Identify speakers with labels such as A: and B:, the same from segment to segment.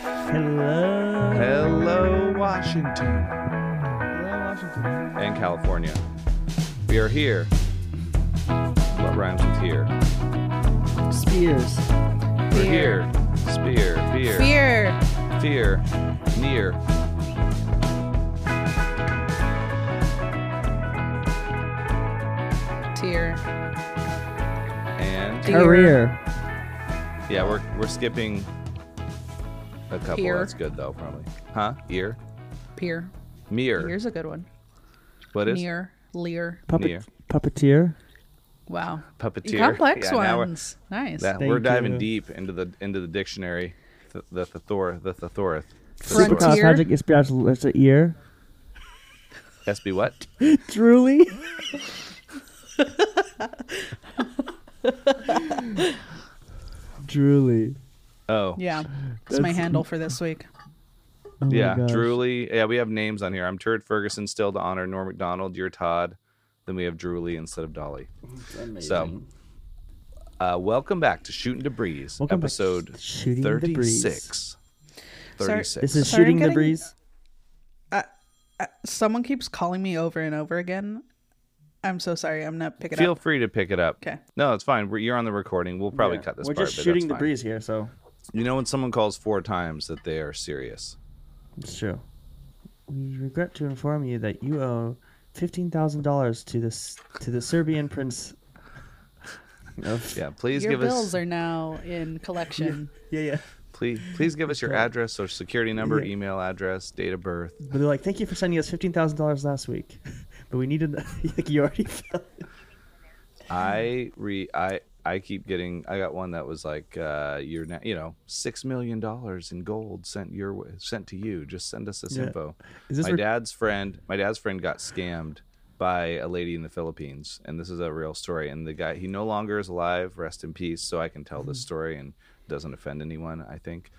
A: Hello.
B: Hello, Washington
A: Hello, Washington.
B: and California. We are here. What rhymes with here?
A: Spears.
B: We're
C: Fear.
B: here. Spear, beer,
C: Fear.
B: fear, near.
C: Tear.
B: And
C: Dear.
A: Career.
B: yeah, we're we're skipping a couple.
C: Here.
B: That's good though, probably. Huh? Ear,
C: Peer.
B: mirror.
C: Here's a good one.
B: What is
C: Near. Lear.
A: Puppet,
B: Near.
A: Puppeteer.
C: Wow.
B: puppeteer?
C: Complex
B: Yeah, now we're-
C: ones. Nice.
B: That,
A: Thank
B: we're diving
A: you.
B: deep into the into the dictionary, th- the Thethor, the Thethorith.
C: Frontier.
A: Supercosmotic Espiatulata Ear.
B: SB what?
A: Truly. Truly.
B: Oh,
C: Yeah. It's my
A: That's-
C: handle for this week.
A: Oh my
B: yeah.
A: gosh.
B: Drewly. Yeah, we have names on here. I'm Turd Ferguson still to honor Norm McDonald, Dear Todd. Then we have Drewly instead of Dolly. So, uh, welcome back to Shooting to Breeze,
A: Welcome back to
B: episode
A: Shooting the Breeze.
B: 36. 36.
A: This is
C: Sorry,
A: shooting the
C: getting-
A: breeze.
C: Someone keeps calling me over and over again. I'm so sorry. I'm not picking
B: Feel
C: up.
B: free to pick it up.
C: Okay.
B: No, it's fine. We're, you're on the recording. We'll probably
A: Yeah.
B: cut this
A: We're
B: part.
A: just
B: but
A: shooting
B: that's
A: the
B: fine.
A: breeze here, so
B: You know when someone calls four times that they are serious.
A: it's true. We regret to inform you that you owe fifteen thousand dollars to this to the Serbian prince. Of,
B: Yeah. Please
C: Your
B: give
C: bills
B: us
C: are now in collection.
A: yeah, yeah.
B: please please give us your address, social security number,
A: Yeah.
B: email address, date of birth.
A: But they're like, "Thank you for sending us fifteen thousand dollars last week, but we needed like you already." Fell. Mm.
B: I re I I keep getting I got one that was like uh you're now you know six million dollars in gold sent your way sent to you just send us this
A: Yeah.
B: info.
A: Is this
B: my
A: re-
B: dad's friend my dad's friend got scammed by a lady in the Philippines and this is a real story and the guy he no longer is alive rest in peace so I can tell
A: Mm-hmm.
B: this story and doesn't offend anyone I think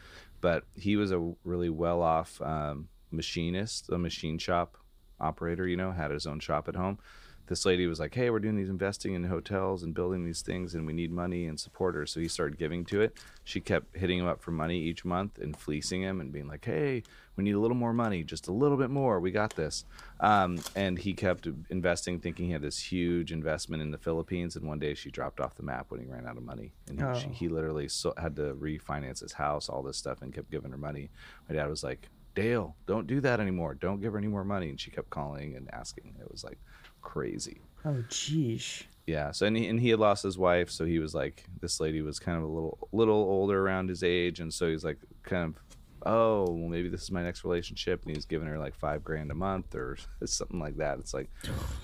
B: but he was a really well off um, machinist a machine shop operator you know had his own shop at home this lady was like, "Hey, we're doing these investing in hotels and building these things, and we need money and supporters." So he started giving to it. She kept hitting him up for money each month and fleecing him and being like, "Hey, we need a little more money, just a little bit more. We got this." Um, and he kept investing, thinking he had this huge investment in the Philippines. And one day she dropped off the map when he ran out of money, and he, she,
A: Oh.
B: he literally so, had to refinance his house, all this stuff, and kept giving her money. My dad was like. Dale, don't do that anymore. Don't give her any more money. And she kept calling and asking. It was like crazy.
A: Oh, jeez.
B: Yeah. So and he, and he had lost his wife, so he was like, this lady was kind of a little little older around his age, and so he's like, kind of, oh, well, maybe this is my next relationship, and he's giving her like five grand a month or something like that. It's like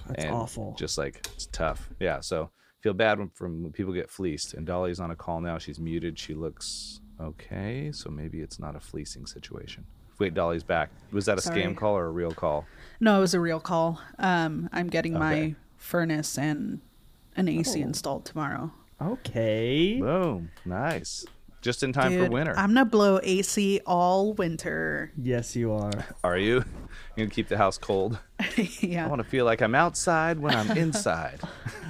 A: That's
B: and
A: awful.
B: Just like it's tough. Yeah. So feel bad when, from when people get fleeced. And Dolly's on a call now. She's muted. She looks okay, so maybe it's not a fleecing situation. Wait, Dolly's back. Was that a
C: Sorry.
B: scam call or a real call?
C: No, it was a real call. Um, I'm getting my furnace and an AC
B: Oh.
C: installed tomorrow.
A: Okay.
B: Boom. Nice. Just in time for
C: Dude,
B: winter.
C: I'm gonna blow AC all winter.
A: Yes, you are.
B: Are you? You're gonna keep the house cold. I
C: yeah.
B: want to feel like I'm outside when I'm inside.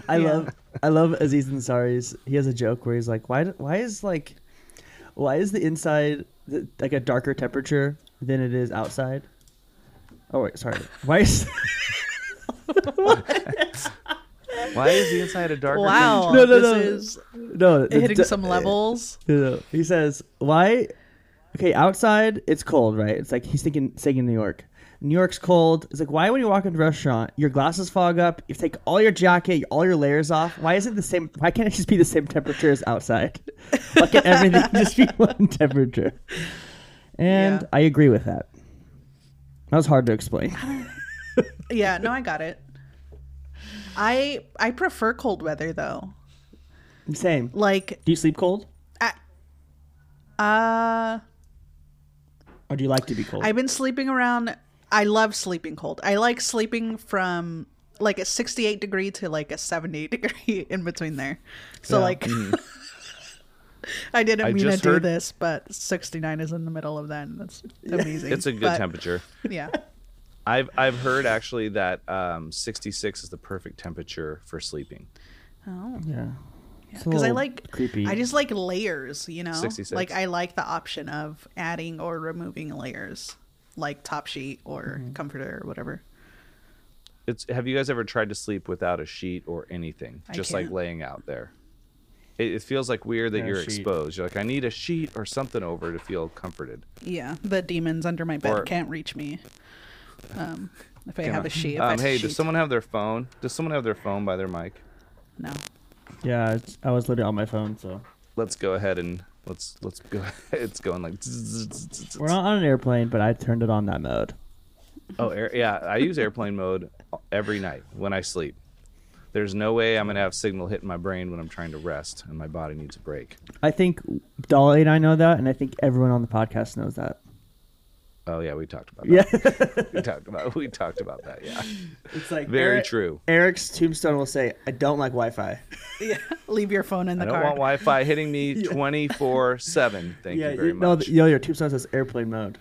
A: I
C: Yeah.
A: love I love Aziz Ansari's. He has a joke where he's like, "Why do- why is like why is the inside the, like a darker temperature than it is outside?" Oh wait, sorry. Why is
B: Why is the inside a darker?
C: Wow.
A: No, no,
C: this
A: no.
C: is
A: no the
C: hitting
A: d-
C: some levels.
A: No, no. He says, "Why? Okay, outside it's cold, right? It's like he's thinking, thinking New York. New York's cold. It's like why when you walk into a restaurant, your glasses fog up. You take all your jacket, all your layers off. Why isn't the same? Why can't it just be the same temperature as outside? Why can't everything just be one temperature? And
C: Yeah.
A: I agree with that. That was hard to explain.
C: Yeah, no, I got it. I I prefer cold weather though.
A: Same.
C: Like
A: Do you sleep cold,
C: uh
A: or do you like to be cold?
C: I've been sleeping around I love sleeping cold. I like sleeping from like a 68 degree to like a 78 degree in between there. So
A: Yeah.
C: like I didn't
B: I
C: mean to
B: just
C: do
B: heard-
C: this, but 69 is in the middle of that and that's amazing.
B: It's a good
C: But,
B: temperature.
C: Yeah.
B: I've I've heard actually that um, 66 is the perfect temperature for sleeping.
C: Oh.
A: yeah. It's a
C: because I
A: little
C: like
A: creepy.
C: I just like layers, you know.
B: 66.
C: Like I like the option of adding or removing layers, like top sheet or
A: Mm-hmm.
C: comforter or whatever.
B: It's have you guys ever tried to sleep without a sheet or anything?
C: I
B: Just like
C: can't.
B: laying out there. It, it feels like weird that
A: No
B: you're
A: sheet.
B: exposed. You're like, I need a sheet or something over to feel comforted.
C: Yeah, the demons under my bed
B: Or-
C: can't reach me. Um, if I
B: Come
C: have
B: on.
C: a sheet. If I
B: Um,
C: have
B: hey,
C: a sheet.
B: does someone have their phone? Does someone have their phone by their mic?
C: No.
A: yeah, it's, I was literally on my phone, so
B: Let's go ahead and let's let's go. it's going like. zzz, zzz, zzz, zzz.
A: we're not on an airplane, but I turned it on that mode.
B: Oh, air, yeah. I use airplane mode every night when I sleep. There's no way I'm gonna have signal hitting my brain when I'm trying to rest, and my body needs a break.
A: I think Dolly and I know that, and I think everyone on the podcast knows that.
B: Oh yeah, we talked about that.
A: Yeah,
B: we talked about we talked about that. Yeah,
A: it's like
B: very
A: Eric-
B: true.
A: Eric's tombstone will say, "I don't like Wi-Fi."
C: Yeah. Leave your phone in
B: I
C: the
B: don't
C: car.
B: want Wi-Fi hitting me 24 seven. Thank you very
A: no,
B: much.
A: yo, your tombstone says airplane mode.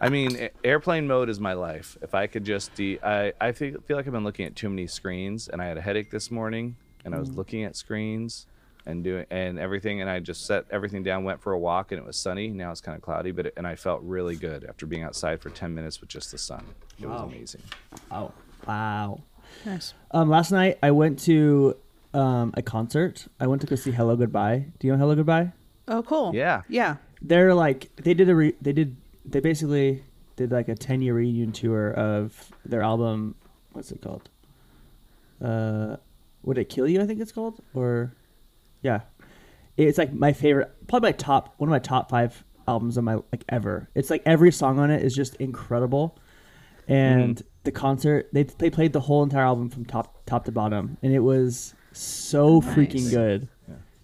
B: I mean, a- airplane mode is my life. If I could just de, I I feel, feel like I've been looking at too many screens, and I had a headache this morning, and I was
A: Mm.
B: looking at screens and doing and everything, and I just set everything down, went for a walk, and it was sunny. Now it's kind of cloudy, but it, and I felt really good after being outside for 10 minutes with just the sun. It
A: Wow.
B: was amazing.
A: Oh, wow.
C: Nice.
A: Um, last night I went to um, a concert. I went to go see Hello Goodbye. Do you know Hello Goodbye?
C: Oh, cool.
B: Yeah.
C: Yeah.
A: They're like they did a re- they did they basically did like a ten year reunion tour of their album. What's it called? Uh, Would It Kill You? I think it's called. Or yeah, it's like my favorite, probably my top one of my top five albums of my like ever. It's like every song on it is just incredible, and
B: Mm-hmm.
A: the concert they they played the whole entire album from top top to bottom, and it was so
C: Nice.
A: freaking good.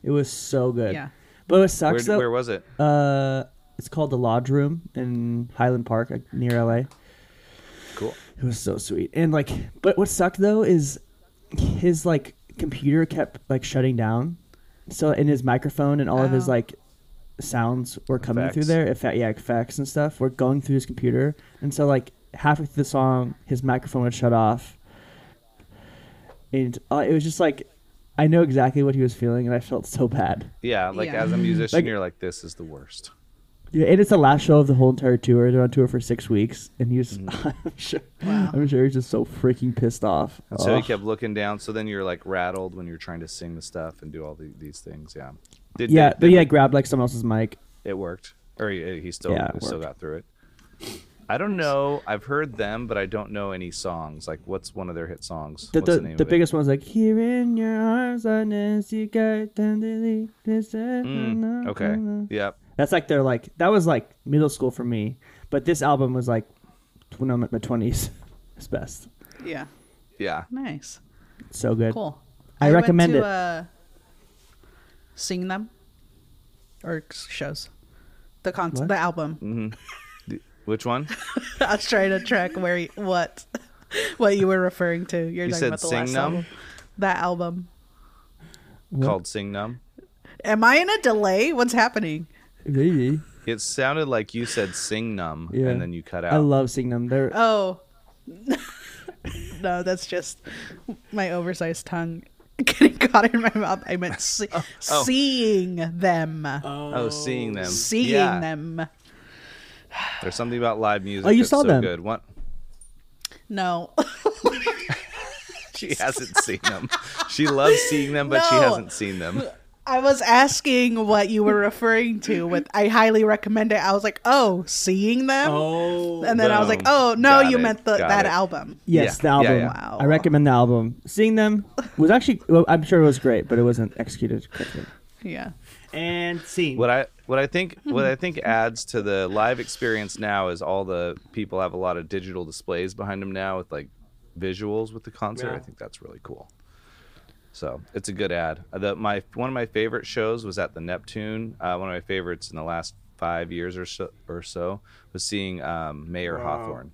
A: It was so good.
C: Yeah.
A: But what
B: Where,
A: sucks though,
B: where was it?
A: uh, it's called the Lodge Room in Highland Park, like, near LA.
B: Cool.
A: It was so sweet. And like, but what sucked though is his like computer kept like shutting down. So and his microphone and all of his
C: Oh.
A: like sounds were coming through
B: Effects.
A: there. Effect, yeah, effects and stuff were going through his computer. And so like halfway through the song, his microphone would shut off. And uh, it was just like, I know exactly what he was feeling, and I felt so bad.
B: Yeah, like
C: Yeah.
B: as a musician,
A: Like-
B: you're like, this is the worst.
A: Yeah, and it's the last show of the whole entire tour. They're on tour for six weeks, and he was,
B: Mm.
A: I'm sure, I'm sure he's just so freaking pissed off.
B: And so he
A: Ugh.
B: kept looking down. So then you're like rattled when you're trying to sing the stuff and do all the, these things. Yeah. Did,
A: yeah,
B: did-
A: but he like grabbed like someone else's mic.
B: it worked or he, he still
A: Yeah, it
B: he still
A: worked.
B: got through it i don't know i've heard them but i don't know any songs like what's one of their hit songs
A: The
B: what's
A: the,
B: the name
A: the
B: of it?
A: biggest one was like, "Here in your arms, I nest you got tenderly." this-
B: Mm, okay yep
A: That's like they're like that was like middle school for me, but this album was like when I'm at my twenties, it's best.
C: Yeah.
B: yeah
C: Nice.
A: So good.
C: Cool.
A: I
C: went
A: recommend
C: to,
A: it.
C: Uh, seeing them or s- shows. The
A: What?
C: concert, the album.
B: Mm-hmm. which one
C: I was trying to track where you, what what you were referring to. You're
B: you
C: talking
B: said
C: about the
B: sing
C: last
B: numb
C: album. That album.
B: called sing numb
C: Am I in a delay? What's happening?
A: Maybe.
B: it sounded like you said sing numb
A: Yeah.
B: and then you cut out
A: I love seeing them. They're
C: Oh. no, that's just my oversized tongue getting caught in my mouth. I meant see-
B: oh.
C: seeing them.
B: oh seeing them
C: Seeing
B: Yeah.
C: them.
B: there's something about live music
A: Oh, you
B: that's
A: saw
B: so
A: them.
B: good what
C: No.
B: she hasn't seen them she loves seeing them but she
C: No.
B: hasn't seen them
C: I was asking what you were referring to with I highly recommend it. I was like, "Oh, seeing them?"
A: oh
C: and then I was like,
B: boom.
C: "Oh, no,
B: Got
C: you
B: it,
C: meant the,
B: got
C: that
B: it.
C: album."
A: Yes,
B: Yeah,
A: the
B: yeah,
A: album.
B: yeah.
C: Wow.
A: I recommend the album. Seeing them was actually, well, I'm sure it was great, but it wasn't executed correctly.
C: Yeah.
A: And scene.
B: What I what I think what I think adds to the live experience now is all the people have a lot of digital displays behind them now with like visuals with the concert.
A: Yeah.
B: I think that's really cool. So it's a good ad. The, my one of my favorite shows was at the Neptune. Uh, one of my favorites in the last five years or so, or so was seeing um, Mayor Hawthorne.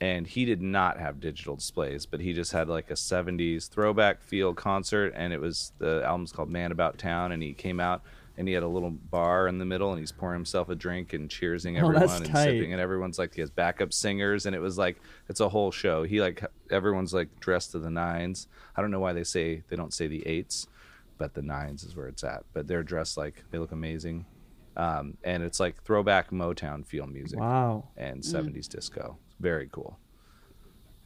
B: And he did not have digital displays, but he just had like a '70s throwback feel concert, and it was the album's called "Man About Town," and he came out and he had a little bar in the middle, and he's pouring himself a drink and cheersing
A: Oh,
B: everyone
A: that's
B: and
A: tight.
B: sipping, and everyone's like he has backup singers, and it was like it's a whole show. He like everyone's like dressed to the nines. I don't know why they say they don't say the eights, but the nines is where it's at. But they're dressed like they look amazing, um, and it's like throwback Motown feel music
A: Wow. Mm.
B: and 70s disco. It's very cool.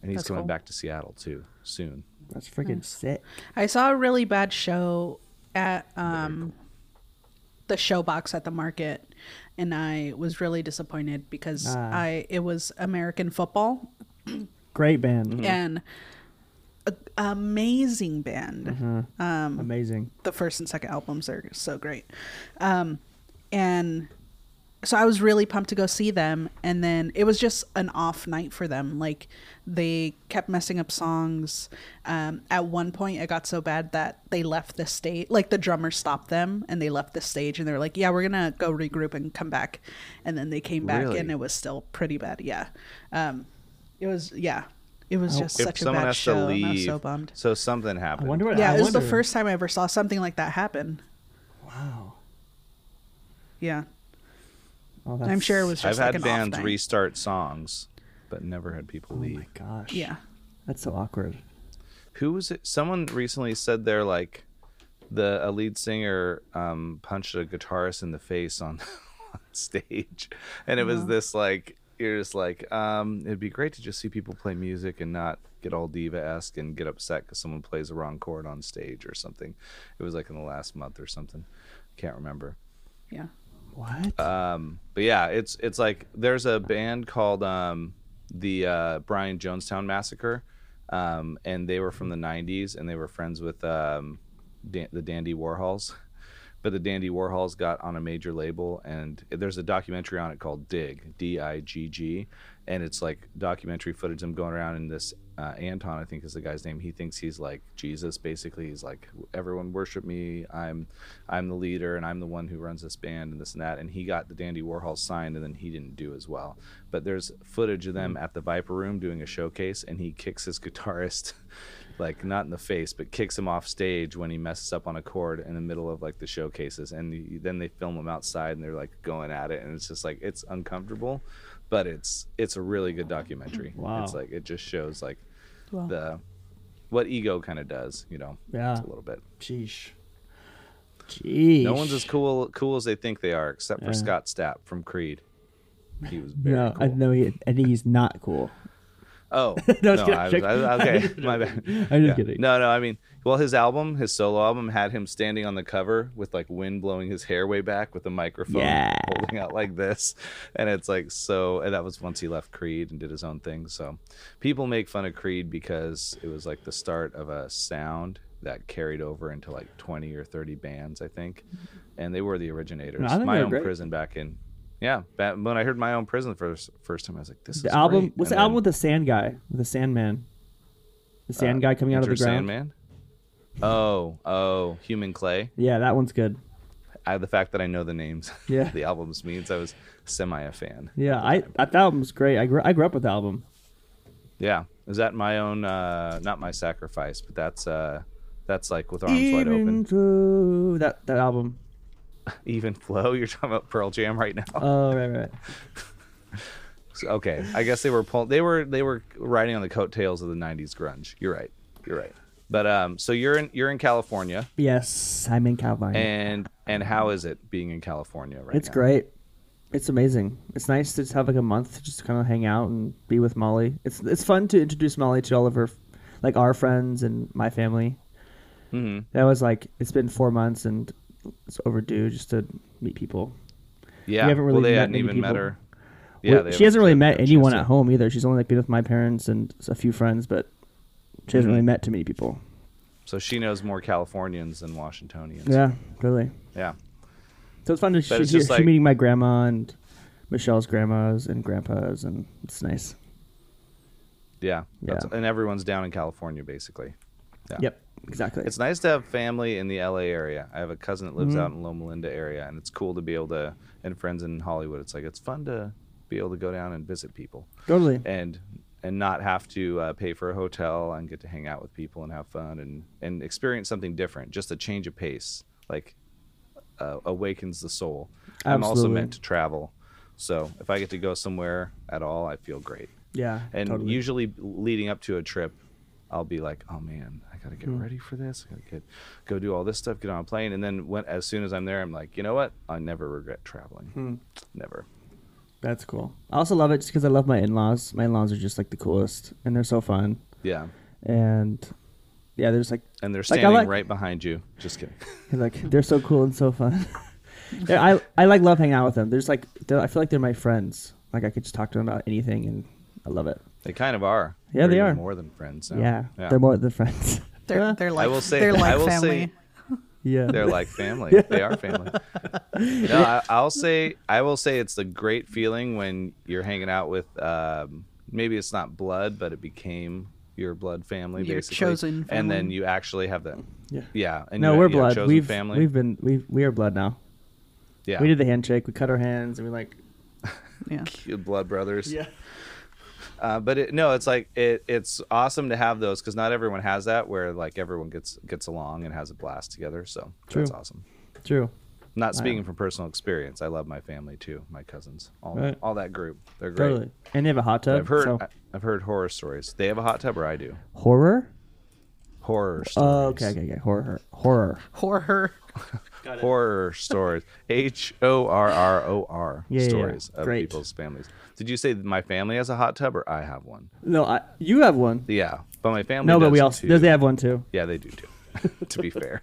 B: And he's
C: That's
B: coming
C: cool.
B: back to Seattle too soon.
A: That's freaking sick.
C: I saw a really bad show at um, the show box at the market, and I was really disappointed because
A: Ah.
C: I it was American football
A: Great band.
C: and a, amazing band. Um,
A: Amazing.
C: the first and second albums are so great. Um, and so I was really pumped to go see them. And then it was just an off night for them. Like they kept messing up songs. Um, at one point, it got so bad that they left the stage. Like the drummer stopped them and they left the stage and they were like, yeah, we're going to go regroup and come back. And then they came back
B: Really?
C: and it was still pretty bad. Yeah. Um, it was, yeah. It was just
B: if
C: such a
B: someone
C: bad
B: has
C: show.
B: to
C: and I
B: leave,
C: was so bummed.
B: so something
A: I
B: happened.
A: wonder what.
C: Yeah,
A: I
C: it was the
A: wonder-
C: first time I ever saw something like that happen.
A: Wow.
C: Yeah.
A: Oh,
C: I'm
A: that's-
C: sure it was
B: I've
C: just like
B: had
C: an
B: bands
C: off night.
B: restart songs, but never had people
A: Oh
B: leave.
A: my gosh.
C: Yeah.
A: That's so awkward.
B: Who was it? Someone recently said they're like the a lead singer um, punched a guitarist in the face on, on stage, and it was this like you're just like um, it'd be great to just see people play music and not get all diva esque and get upset because someone plays the wrong chord on stage or something. It was like in the last month or something. Can't remember.
C: Yeah.
A: What?
B: Um, but yeah, it's it's like there's a band called um, the uh, Brian Jonestown Massacre, um, and they were from the '90s, and they were friends with um, Dan- the Dandy Warhols. But the Dandy Warhols got on a major label, and there's a documentary on it called Dig, D-I-G-G, and it's like documentary footage. I'm going around in this. Uh, Anton, I think, is the guy's name. He thinks he's like Jesus. Basically, he's like, everyone worship me. I'm, I'm the leader, and I'm the one who runs this band and this and that. And he got the Dandy Warhol signed, and then he didn't do as well. But there's footage of them at the Viper Room doing a showcase, and he kicks his guitarist. like not in the face, but kicks him off stage when he messes up on a chord in the middle of like the showcases, and y- then they film him outside and they're like going at it, and it's just like it's uncomfortable, but it's it's a really good documentary.
A: Wow.
B: It's like it just shows like
C: Wow.
B: the what ego kind of does, you know,
A: Yeah.
B: it's a little bit.
A: Jeez. Jeez.
B: No one's as cool cool as they think they are, except for
A: Yeah.
B: Scott Stapp from Creed. He was very
A: No,
B: cool.
A: I know. He, I think he's not cool.
B: Oh,
A: No, I
B: no,
A: was kidding.
B: I was- I- okay, my bad.
A: I'm just kidding.
B: No, no, I mean, well, his album, his solo album, had him standing on the cover with like wind blowing his hair way back with a microphone
A: Yeah.
B: holding out like this, and it's like so. And that was once he left Creed and did his own thing. So, people make fun of Creed because it was like the start of a sound that carried over into like 20 or 30 bands, I think, and they were the originators.
A: No, I think
B: my
A: they're
B: own
A: great.
B: prison back in. Yeah, ba- when I heard my own prison for the s- first time, I was like, "This is
A: The album.
B: great.
A: What's
B: And
A: the album
B: then-
A: with the sand guy? With the Sandman. The sand guy coming out of the
B: Enter
A: ground.
B: Sandman? Oh, oh, Human Clay.
A: Yeah, that one's good.
B: I, the fact that I know the names,
A: Yeah.
B: the albums means I was semi a fan.
A: Yeah, I that album's great. I grew I grew up with the album.
B: Yeah, is that my own? uh Not my sacrifice, but that's uh that's like with arms wide open.
A: though- that that album.
B: Even flow. You're talking about Pearl Jam right now.
A: Oh right right.
B: So, okay, I guess they were pull- they were they were riding on the coattails of the '90s grunge. You're right. You're right. But um, so you're in you're in California,
A: Yes, I'm in Calvin.
B: and and how is it being in California right
A: it's
B: now?
A: great. It's amazing. It's nice to just have like a month to just kind of hang out and be with Molly. It's it's fun to introduce Molly to all of her, like our friends and my family.
B: Mhm.
A: That was like it's been four months and it's overdue just to meet people.
B: Yeah,
A: We haven't really
B: well, they
A: met
B: hadn't
A: many
B: even met
A: people.
B: her.
A: Well,
B: they
A: she hasn't
B: haven't-
A: really
B: they
A: met
B: haven't had a
A: anyone
B: chance
A: at home either. She's only like been with my parents and a few friends, but she
B: Mm-hmm.
A: hasn't really met too many people.
B: yet. So she knows more Californians than Washingtonians.
A: Yeah, really.
B: Yeah.
A: So it's fun to
B: But
A: she's
B: it's
A: here,
B: just
A: she's
B: like-
A: meeting my grandma and Michelle's grandmas and grandpas, and it's nice.
B: Yeah. That's-
A: Yeah.
B: And everyone's down in California, basically. Yeah.
A: Yep, exactly.
B: It's nice to have family in the LA area. I have a cousin that
A: Mm-hmm.
B: lives out in Loma Linda area, and it's cool to be able to, and friends in Hollywood. It's like, it's fun to be able to go down and visit people
A: totally.
B: and and not have to uh, pay for a hotel and get to hang out with people and have fun and, and experience something different, just a change of pace. Like uh, awakens the soul. I'm also
A: Absolutely.
B: meant to travel, so if I get to go somewhere at all, I feel great.
A: Yeah.
B: And
A: totally.
B: usually, leading up to a trip, I'll be like, "Oh man, I gotta get
A: Hmm.
B: ready for this. I gotta get go do all this stuff, get on a plane." And then when as soon as I'm there, I'm like, "You know what? I never regret traveling.
A: Hmm.
B: Never."
A: That's cool. I also love it just because I love my in-laws. My in-laws are just like the coolest, and they're so fun.
B: Yeah.
A: And yeah, there's like
B: And they're
A: Like, I
B: standing
A: like-
B: right behind you. Just kidding.
A: like they're so cool and so fun. yeah, I I like love hanging out with them. There's like they're, I feel like they're my friends. Like I could just talk to them about anything, and I love it.
B: They kind of are.
A: Yeah,
B: They're
A: they
B: even
A: are.
B: More than friends. Now.
A: yeah, they're more than friends.
C: They're, they're like,
B: I will say.
C: they're like
B: I will
C: family.
B: say.
A: yeah,
B: They're like family. They are family. No, I, I'll say. I will say it's a great feeling when you're hanging out with. Um, maybe it's not blood, but it became your blood family.
C: Your
B: basically.
C: chosen
B: And then
C: family.
B: you actually have that.
A: yeah.
B: Yeah. And
A: No,
B: you,
A: we're
B: you have
A: blood.
B: Chosen
A: We've
B: family.
A: we've been we we are blood now.
B: yeah.
A: We did the handshake. We cut our hands, and we like
C: Yeah.
B: Your blood brothers. Uh, but it, no, it's like it, it's awesome to have those because not everyone has that where like everyone gets gets along and has a blast together. So that's
A: True.
B: awesome.
A: true.
B: Not speaking from personal experience, I love my family too, my cousins, all
A: Right.
B: all that group. They're great.
A: Totally. And they have a hot
B: But
A: tub.
B: I've heard
A: so-
B: I, have heard horror stories. They have a hot tub, or I do.
A: horror.
B: Horror stories.
A: Oh, okay, okay, okay. Horror, horror.
C: Horror.
B: Horror stories. H O R R O R
A: Yeah, yeah, yeah.
B: stories of
A: Great.
B: people's families. Did you say that my family has a hot tub, or I have one?
A: No, I, you have one.
B: Yeah, but my family.
A: No, but
B: does
A: we also
B: too.
A: they have one too.
B: Yeah, they do too. to be fair,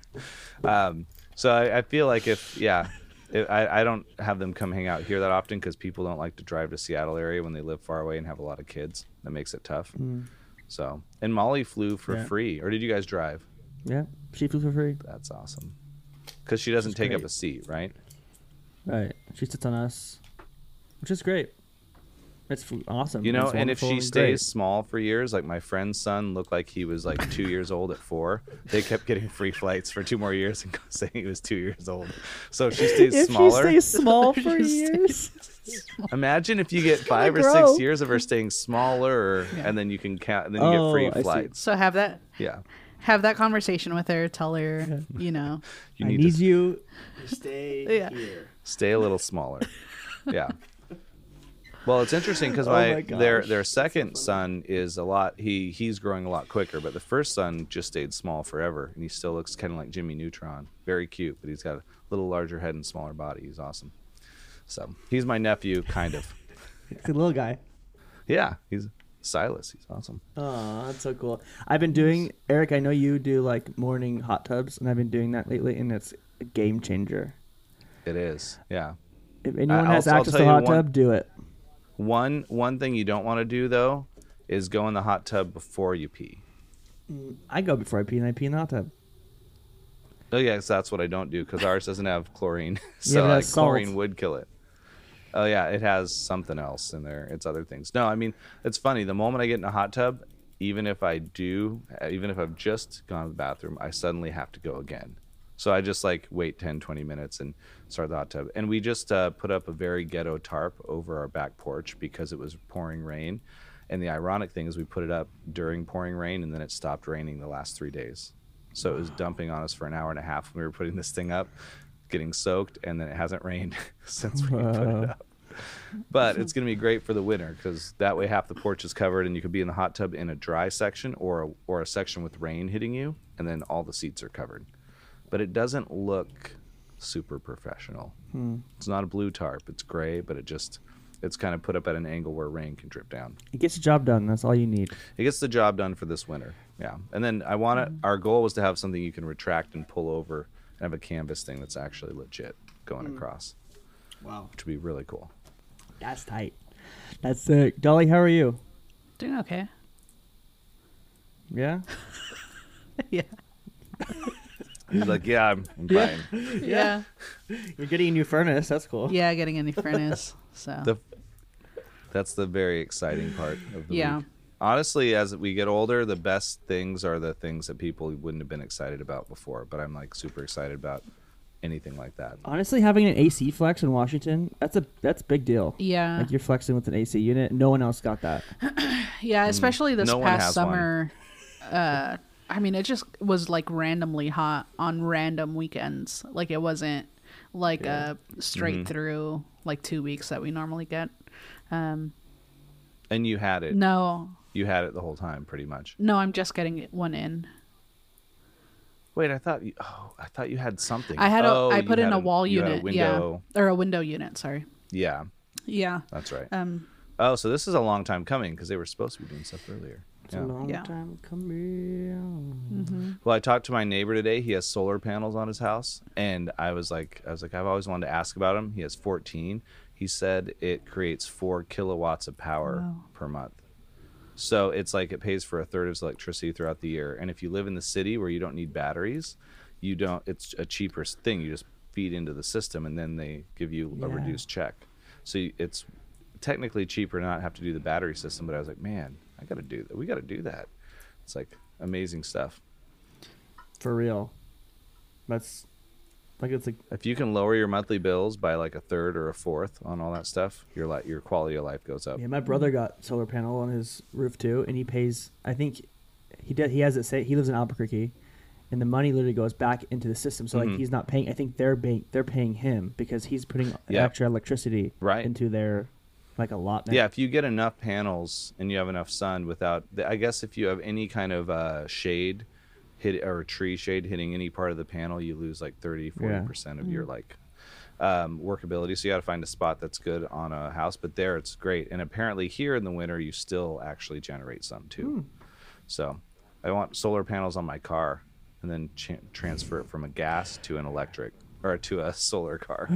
B: um, so I, I feel like if yeah, if, I, I don't have them come hang out here that often because people don't like to drive to Seattle area when they live far away and have a lot of kids. That makes it tough. So and Molly flew for
A: Mm. Yeah.
B: free, or did you guys drive?
A: Yeah, she flew for free.
B: That's awesome. Because she doesn't
A: She's
B: take up
A: great.
B: a seat, right?
A: Right, she sits on us, which is great. It's f- awesome.
B: You know,
A: It's
B: and if
A: Mm, wonderful
B: she
A: great.
B: stays small for years, like my friend's son looked like he was like two years old at four. They kept getting free flights for two more years and saying he was two years old. So if she stays
A: if
B: smaller.
A: she stays small
C: She
A: for
C: stays-
A: years,
B: Imagine if you get five or
A: grow.
B: six years of her staying smaller, and then you can count, and then you
A: Oh,
B: get
A: I
B: free
A: see.
B: flights.
C: So have that
B: Yeah,
C: have that conversation with her. Tell her, you know.
B: you
A: I
B: need,
A: need
B: to
A: you. Stay
C: Yeah.
A: here.
B: stay a little smaller. yeah. Well, it's interesting because
A: Oh
B: my,
A: my gosh,
B: their their
A: that's
B: second son is a lot. He he's growing a lot quicker, but the first son just stayed small forever, and he still looks kind of like Jimmy Neutron. Very cute, but he's got a little larger head and smaller body. He's awesome. So he's my nephew, kind of.
A: It's a little guy.
B: yeah, he's Silas. He's awesome.
A: Oh, that's so cool. I've been doing Eric. I know you do like morning hot tubs, and I've been doing that lately, and it's a game changer.
B: It is. Yeah.
A: If anyone
B: I'll-
A: has
B: I'll
A: access
B: tell
A: to
B: you
A: hot
B: one-
A: tub, do it.
B: One one thing you don't want to do though is go in the hot tub before you pee.
A: I go before I pee, and I pee in the hot tub.
B: Oh yeah, 'cause that's what I don't do because ours doesn't have chlorine,
A: but
B: so
A: it
B: like,
A: has salt.
B: chlorine would kill it. Oh yeah, it has something else in there. It's other things. No, I mean it's funny. The moment I get in a hot tub, even if I do, uh, even if I've just gone to the bathroom, I suddenly have to go again. So I just like wait 10, 20 minutes and start the hot tub. And we just uh, put up a very ghetto tarp over our back porch because it was pouring rain. And the ironic thing is we put it up during pouring rain and then it stopped raining the last three days. So it was dumping on us for an hour and a half when we were putting this thing up, getting soaked, and then it hasn't rained since we put
A: Wow.
B: it up. But it's going to be great for the winter because that way half the porch is covered and you can be in the hot tub in a dry section or a, or a section with rain hitting you, and then all the seats are covered. But it doesn't look super professional. It's not a blue tarp; it's gray, but it just it's kind of put up at an angle where rain can drip down
A: It gets the job done. That's all you need.
B: it gets the job done for this winter. Yeah, and then I want to. Our goal was to have something you can retract and pull over, and have a canvas thing that's actually legit going across,
A: Wow,
B: which would be really cool.
A: that's tight. That's sick. Dolly, how are you?
C: Doing okay.
A: Yeah.
C: yeah.
B: He's like, yeah, I'm, I'm fine.
C: Yeah.
A: You're getting a new furnace. That's cool.
C: Yeah, getting a new furnace. So
B: The, that's the very exciting part of the
C: Yeah.
B: week. Honestly, as we get older, the best things are the things that people wouldn't have been excited about before. But I'm like super excited about anything like that.
A: Honestly, having an AC flex in Washington, that's a that's a big deal.
C: Yeah.
A: Like you're flexing with an AC unit. No one else got that.
C: yeah, especially this
B: Mm. No one
C: past
B: has one.
C: summer. Uh I mean, it just was like randomly hot on random weekends. Like it wasn't like a
B: Mm-hmm.
C: straight through like two weeks that we normally get. Um,
B: And you had it.
C: no,
B: You had it the whole time, pretty much.
C: no, I'm just getting it- one in.
B: Wait, I thought you. Oh, I thought you had something.
C: I had a,
B: Oh,
C: I
B: you
C: put in
B: had
C: a wall
B: you had
C: unit,
B: window.
C: yeah, or a window unit. Sorry,
B: Yeah,
C: yeah.
B: that's right.
C: Um,
B: oh, so this is a long time coming because they were supposed to be doing stuff earlier. Yeah.
A: long
C: Yeah.
A: time coming.
B: Well, I talked to my neighbor today. He has solar panels on his house, and I was like, I was like, I've always wanted to ask about him. He has 14. He said it creates four kilowatts of power
C: Wow.
B: per month. So it's like it pays for a third of his electricity throughout the year. And if you live in the city where you don't need batteries, you don't. It's a cheaper s- thing. You just feed into the system, and then they give you a
A: Yeah.
B: reduced check. So you- it's technically cheaper to not have to do the battery system. But I was like, man, I got to do that. We got to do that. It's like amazing stuff.
A: For real. That's like it's like
B: if you can lower your monthly bills by like a third or a fourth on all that stuff, your li- your quality of life goes up.
A: yeah. My
B: Mm.
A: brother got solar panel on his roof too, and he pays. I think he did. He has it. Say he lives in Albuquerque, and the money literally goes back into the system. So
B: Mhm.
A: like he's not paying. I think they're paying. They're paying him because he's putting
B: Yeah.
A: extra electricity
B: Right.
A: into their like a lot.
B: Yeah, if you get enough panels and you have enough sun without, I guess if you have any kind of uh, shade hit or tree shade hitting any part of the panel, you lose like 30, 40% of your
A: Mm-hmm.
B: like um, workability. So you got to find a spot that's good on a house, but there it's great. And apparently here in the winter, you still actually generate some
A: Hmm.
B: too. So I want solar panels on my car and then ch- transfer it from a gas to an electric or to a solar car.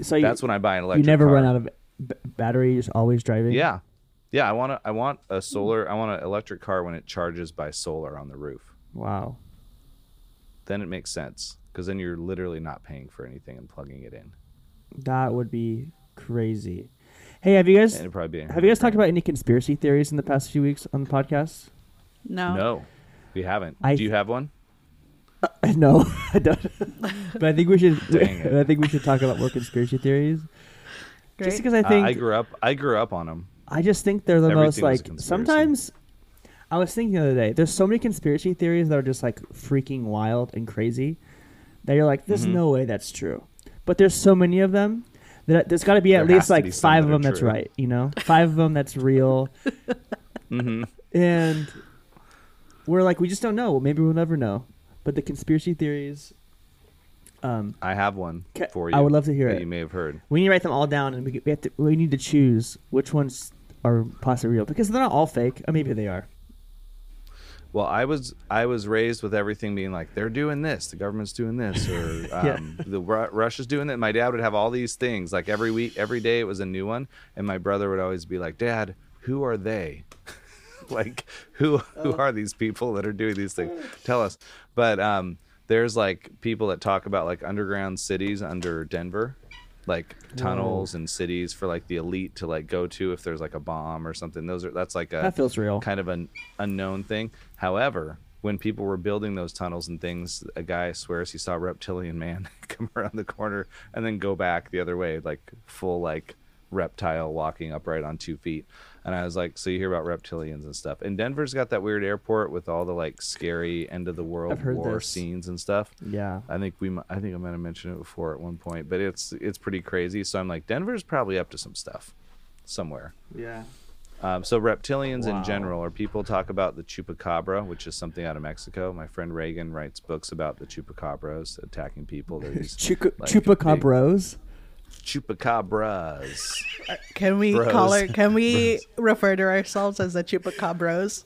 A: So you,
B: That's when I buy an
A: you
B: electric
A: never
B: car.
A: run out of b- battery. You're just always driving.
B: Yeah, yeah. I want to. I want a solar. I want an electric car when it charges by solar on the roof.
A: Wow.
B: Then it makes sense because then you're literally not paying for anything and plugging it in.
A: That would be crazy. Hey, have you guys
B: And it'd probably be.
A: have you guys talked about any conspiracy theories in the past few weeks on the podcast?
C: no,
B: No, we haven't.
A: I-
B: Do you have one?
A: No, I don't. but I think we should.
B: Dang it.
A: I think we should talk about more conspiracy thereries. Just
C: Great.
A: because I
B: Uh,
A: think
B: I grew up. I grew up on them.
A: I just think they're the
B: Everything
A: most
B: is a
A: like
B: conspiracy.
A: sometimes I was thinking the other day, there's so many conspiracy theories that are just like freaking wild and crazy that you're like,
B: Mm-hmm.
A: there's no way that's true. But there's so many of them that there's got to be at
B: There has
A: least
B: to
A: like
B: be some
A: five of
B: that are
A: them that's
B: true.
A: right, you know, five of them that's real.
B: Mm-hmm.
A: And we're like, we just don't know. Maybe we'll never know. But the conspiracy theories, um,
B: I have one
A: 'Kay,
B: for you.
A: I would love to hear
B: that
A: it.
B: You may have heard.
A: we need to write them all down, and we, get- we have to. We need to choose which ones are possibly real because they're not all fake. Or maybe they are.
B: Well, I was I was raised with everything being like they're doing this, the government's doing this, or
A: Yeah.
B: um, the Ru- Russia's doing that. My dad would have all these things like every week, every day it was a new one, and my brother would always be like, "Dad, who are they? like, who who are these people that are doing these things? Tell us." But um, there's like people that talk about like underground cities under Denver, like tunnels and cities for like the elite to like go to if there's like a bomb or something. Those are that's like a
A: That feels real.
B: Uh, kind of an unknown thing. However, when people were building those tunnels and things, a guy swears he saw reptilian man come around the corner and then go back the other way, like full like reptile walking upright on two feet. And I was like, so you hear about reptilians and stuff. And Denver's got that weird airport with all the like scary end of the world
A: I've heard
B: war
A: this.
B: scenes and stuff.
A: Yeah.
B: I think we, mi- I think I might have mentioned it before at one point, but it's it's pretty crazy. So I'm like, Denver's probably up to some stuff, somewhere.
A: Yeah.
B: Um, so reptilians
A: Wow.
B: in general, or people talk about the chupacabra, which is something out of Mexico. My friend Reagan writes books about the chupacabras attacking people. They're these
A: Chupa,
B: like,
A: chupacabros.
B: big chupacabras.
C: Can we
B: Bros.
C: call her? Can we refer to ourselves as the chupacabros?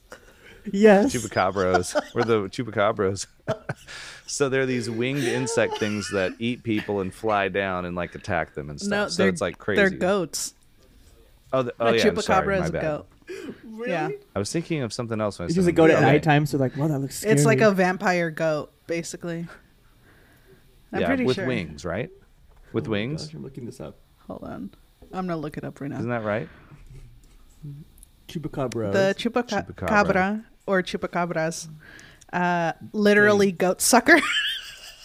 A: Yes.
B: chupacabras. We're the chupacabras. so they're these winged insect things that eat people and fly down and like attack them and stuff.
C: No,
B: so
C: they're-
B: it's like crazy.
C: They're goats.
B: Oh, the, oh
C: A
B: yeah, I'm
C: chupacabra
B: sorry, my
C: is a
B: bad.
C: goat. Yeah,
B: I was thinking of something else. When I
A: It's
B: said
A: just a
B: them.
A: goat at
B: Okay.
A: nighttime, so like, wow, that looks. Scary.
C: it's like a vampire goat, basically. I'm
B: yeah,
C: pretty
B: with
C: sure.
B: wings, right?
C: Oh,
B: With wings,
A: I'm looking this up.
C: Hold on, I'm gonna look it up right now.
B: isn't that right?
A: Chupacabros.
C: the chupaca-
B: Chupacabra. Mm.
C: cabra or chupacabras, uh, literally goat sucker.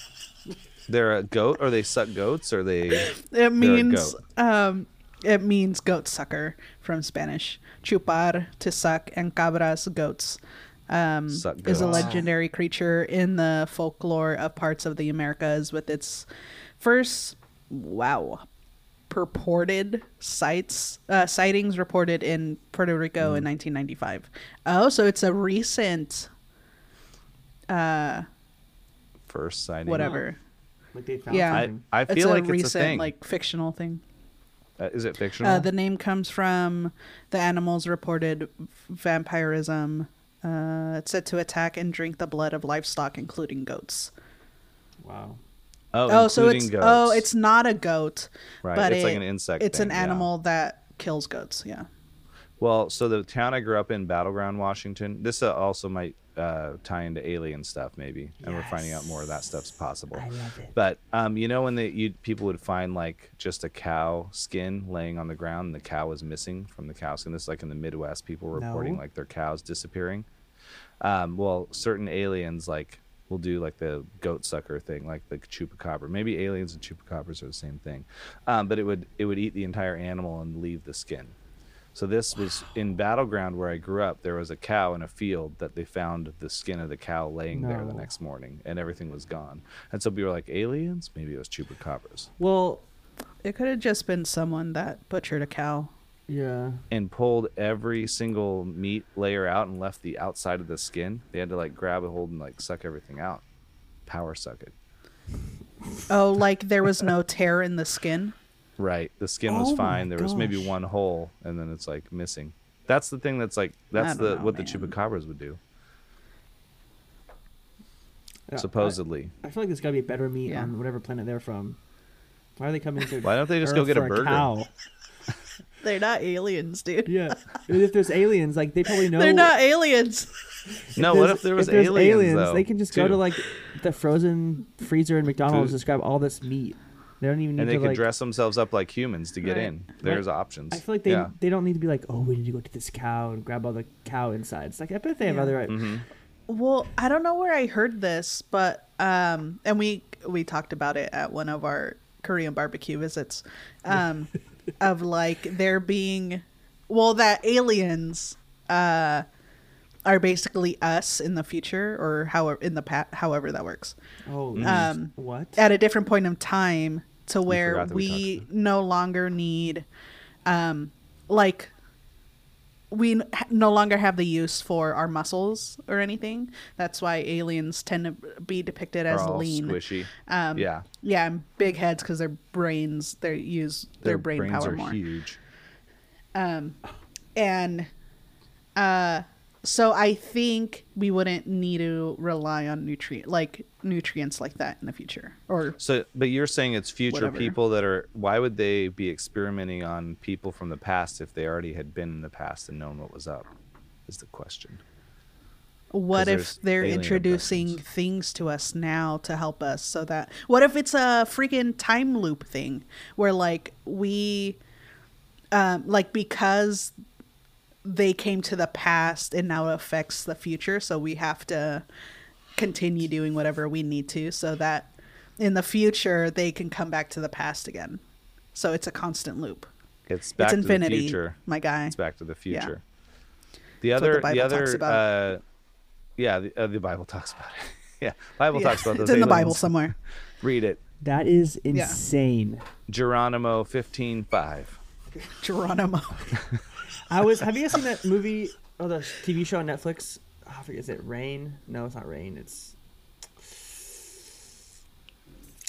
B: They're a goat, or they suck goats, or they
C: it means
B: goat.
C: um, it means goat sucker from Spanish. Chupar to suck and cabras goats. Um,
B: Suck
C: is a
B: goats.
C: legendary creature in the folklore of parts of the Americas with its first wow purported sites uh, sightings reported in Puerto Rico
B: Mm.
C: in 1995. Oh, so it's a recent
B: First sighting.
C: whatever.
A: Like they found
C: Yeah.
B: I,
A: something.
B: I
C: It's
B: feel
C: a
B: like
C: recent
B: it's a thing. Like,
C: like fictional thing.
B: uh, is it fictional?
C: Uh, the name comes from the animal's reported vampirism. Uh, it's said to attack and drink the blood of livestock, including goats.
A: Wow.
B: oh,
C: Oh, so
B: including
C: it's
B: goats.
C: oh, it's not a goat,
B: Right,
C: but
B: it's like
C: it-
B: an insect
C: It's an
B: thing, yeah.
C: animal that kills goats. Yeah.
B: Well, so the town I grew up in, Battleground, Washington. This uh, also might uh, tie into alien stuff, maybe, and we're finding out more of that stuff's possible.
A: I love it.
B: But um, you know when the you people would find like just a cow skin laying on the ground, and the cow was missing from the cow skin. This is like in the Midwest, people were reporting
A: No.
B: like their cows disappearing. Um, well, certain aliens like will do like the goat sucker thing, like the chupacabra. Maybe aliens and chupacabras are the same thing, um, but it would it would eat the entire animal and leave the skin. So this was in battleground where I grew up. There was a cow in a field that they found the skin of the cow laying there the
A: No.
B: next morning, and everything was gone. And so we were like, aliens? Maybe it was chupacabras.
A: Well,
C: It could have just been someone that butchered a cow.
A: yeah.
B: And pulled every single meat layer out and left the outside of the skin. They had to like grab a hold and like suck everything out, power suck it.
C: Oh, like there was no tear in the skin.
B: Right. The skin was
A: Oh my
B: fine. There was maybe
A: gosh.
B: one hole, and then it's like missing. That's the thing. That's like that's
C: don't
B: the
C: know,
B: what the
C: man.
B: chupacabras would do.
A: Yeah,
B: supposedly.
A: I, I feel like there's got to be better meat
C: Yeah.
A: on whatever planet they're from. Why are they coming to?
B: Why don't they just go
A: Earth
B: get a
A: for
B: burger?
A: cow?
C: They're not aliens, dude.
A: Yeah. And if there's aliens, like they probably know.
C: They're not aliens.
B: No, what if there was
A: there's
B: aliens? though,
A: they can just go
B: too?
A: to like the frozen freezer in McDonald's and
B: Food.
A: just grab all this meat. They don't even need
B: and they
A: to
B: could
A: like.
B: dress themselves up like humans to get
C: Right.
B: in. There's options.
A: I feel like they
B: Yeah.
A: they don't need to be like, oh, we need to go to this cow and grab all the cow insides. Like I bet they have
C: Yeah.
A: other.
B: Mm-hmm.
C: Well, I don't know where I heard this, but um, and we we talked about it at one of our Korean barbecue visits, um, of like there being, well, that aliens uh, are basically us in the future or however in the past, however that works,
A: Oh,
B: Mm-hmm.
C: Um,
A: what?
C: at a different point in time to where
B: forgot that we
C: we,
B: talked
C: no longer need, um, like we n- ha- no longer have the use for our muscles or anything. That's why aliens tend to be depicted
B: They're
C: as
B: all
C: lean.
B: squishy.
C: Um,
B: yeah,
C: Yeah, and big heads because their brains they use their, brain
B: brains
C: power
B: are
C: more.
B: huge.
C: Um, and uh, so I think we wouldn't need to rely on nutrient like nutrients like that in the future. Or
B: So, but you're saying it's future
C: Whatever.
B: people that are. Why would they be experimenting on people from the past if they already had been in the past and known what was up? Is the question.
C: What
B: there's
C: if they're
B: alien
C: introducing
B: abductions.
C: things to us now to help us so that what if it's a freaking time loop thing where like we um like because they came to the past and now it affects the future so we have to continue doing whatever we need to so that in the future they can come back to the past again. So it's a constant loop.
B: It's back
C: it's
B: to
C: infinity,
B: the future.
C: my guy.
B: It's Back to the
C: Yeah.
B: Future. The
C: That's what
B: other,
C: the
B: the,
C: Bible talks
B: other,
C: about.
B: uh, yeah, the, uh, the Bible talks about it. yeah, Bible
C: Yeah,
B: talks about those
C: it's in the Bible
B: aliens.
C: somewhere.
B: Read it,
A: that is insane.
B: Geronimo fifteen five.
C: Geronimo.
B: Mm-hmm.
A: I was. Have you guys seen that movie or the TV show on Netflix? Oh, I forget. Is it Rain? No, it's not Rain. It's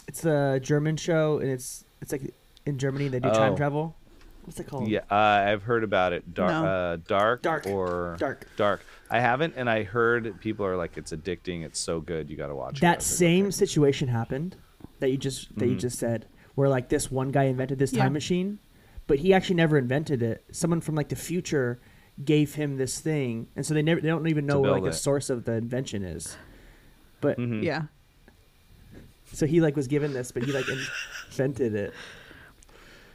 A: it's the German show, and it's it's like in Germany they do
B: Oh.
A: time travel. What's it called?
B: Yeah, uh, I've heard about it. Dark,
C: No.
B: uh, dark,
A: Dark.
B: or
A: Dark.
B: dark. I haven't, and I heard people are like, "It's addicting. It's so good. You got to watch it." I
A: That
B: was like,
A: same
B: okay.
A: situation happened that you just that
B: Mm-hmm.
A: you just said, where like this one guy invented this
C: Yeah.
A: time machine, but he actually never invented it. Someone from like the future gave him this thing, and so they never they don't even know where,
B: build
A: like the
B: it. Mm-hmm.
A: source of the invention is. But
C: yeah.
A: So he like was given this, but he like invented it.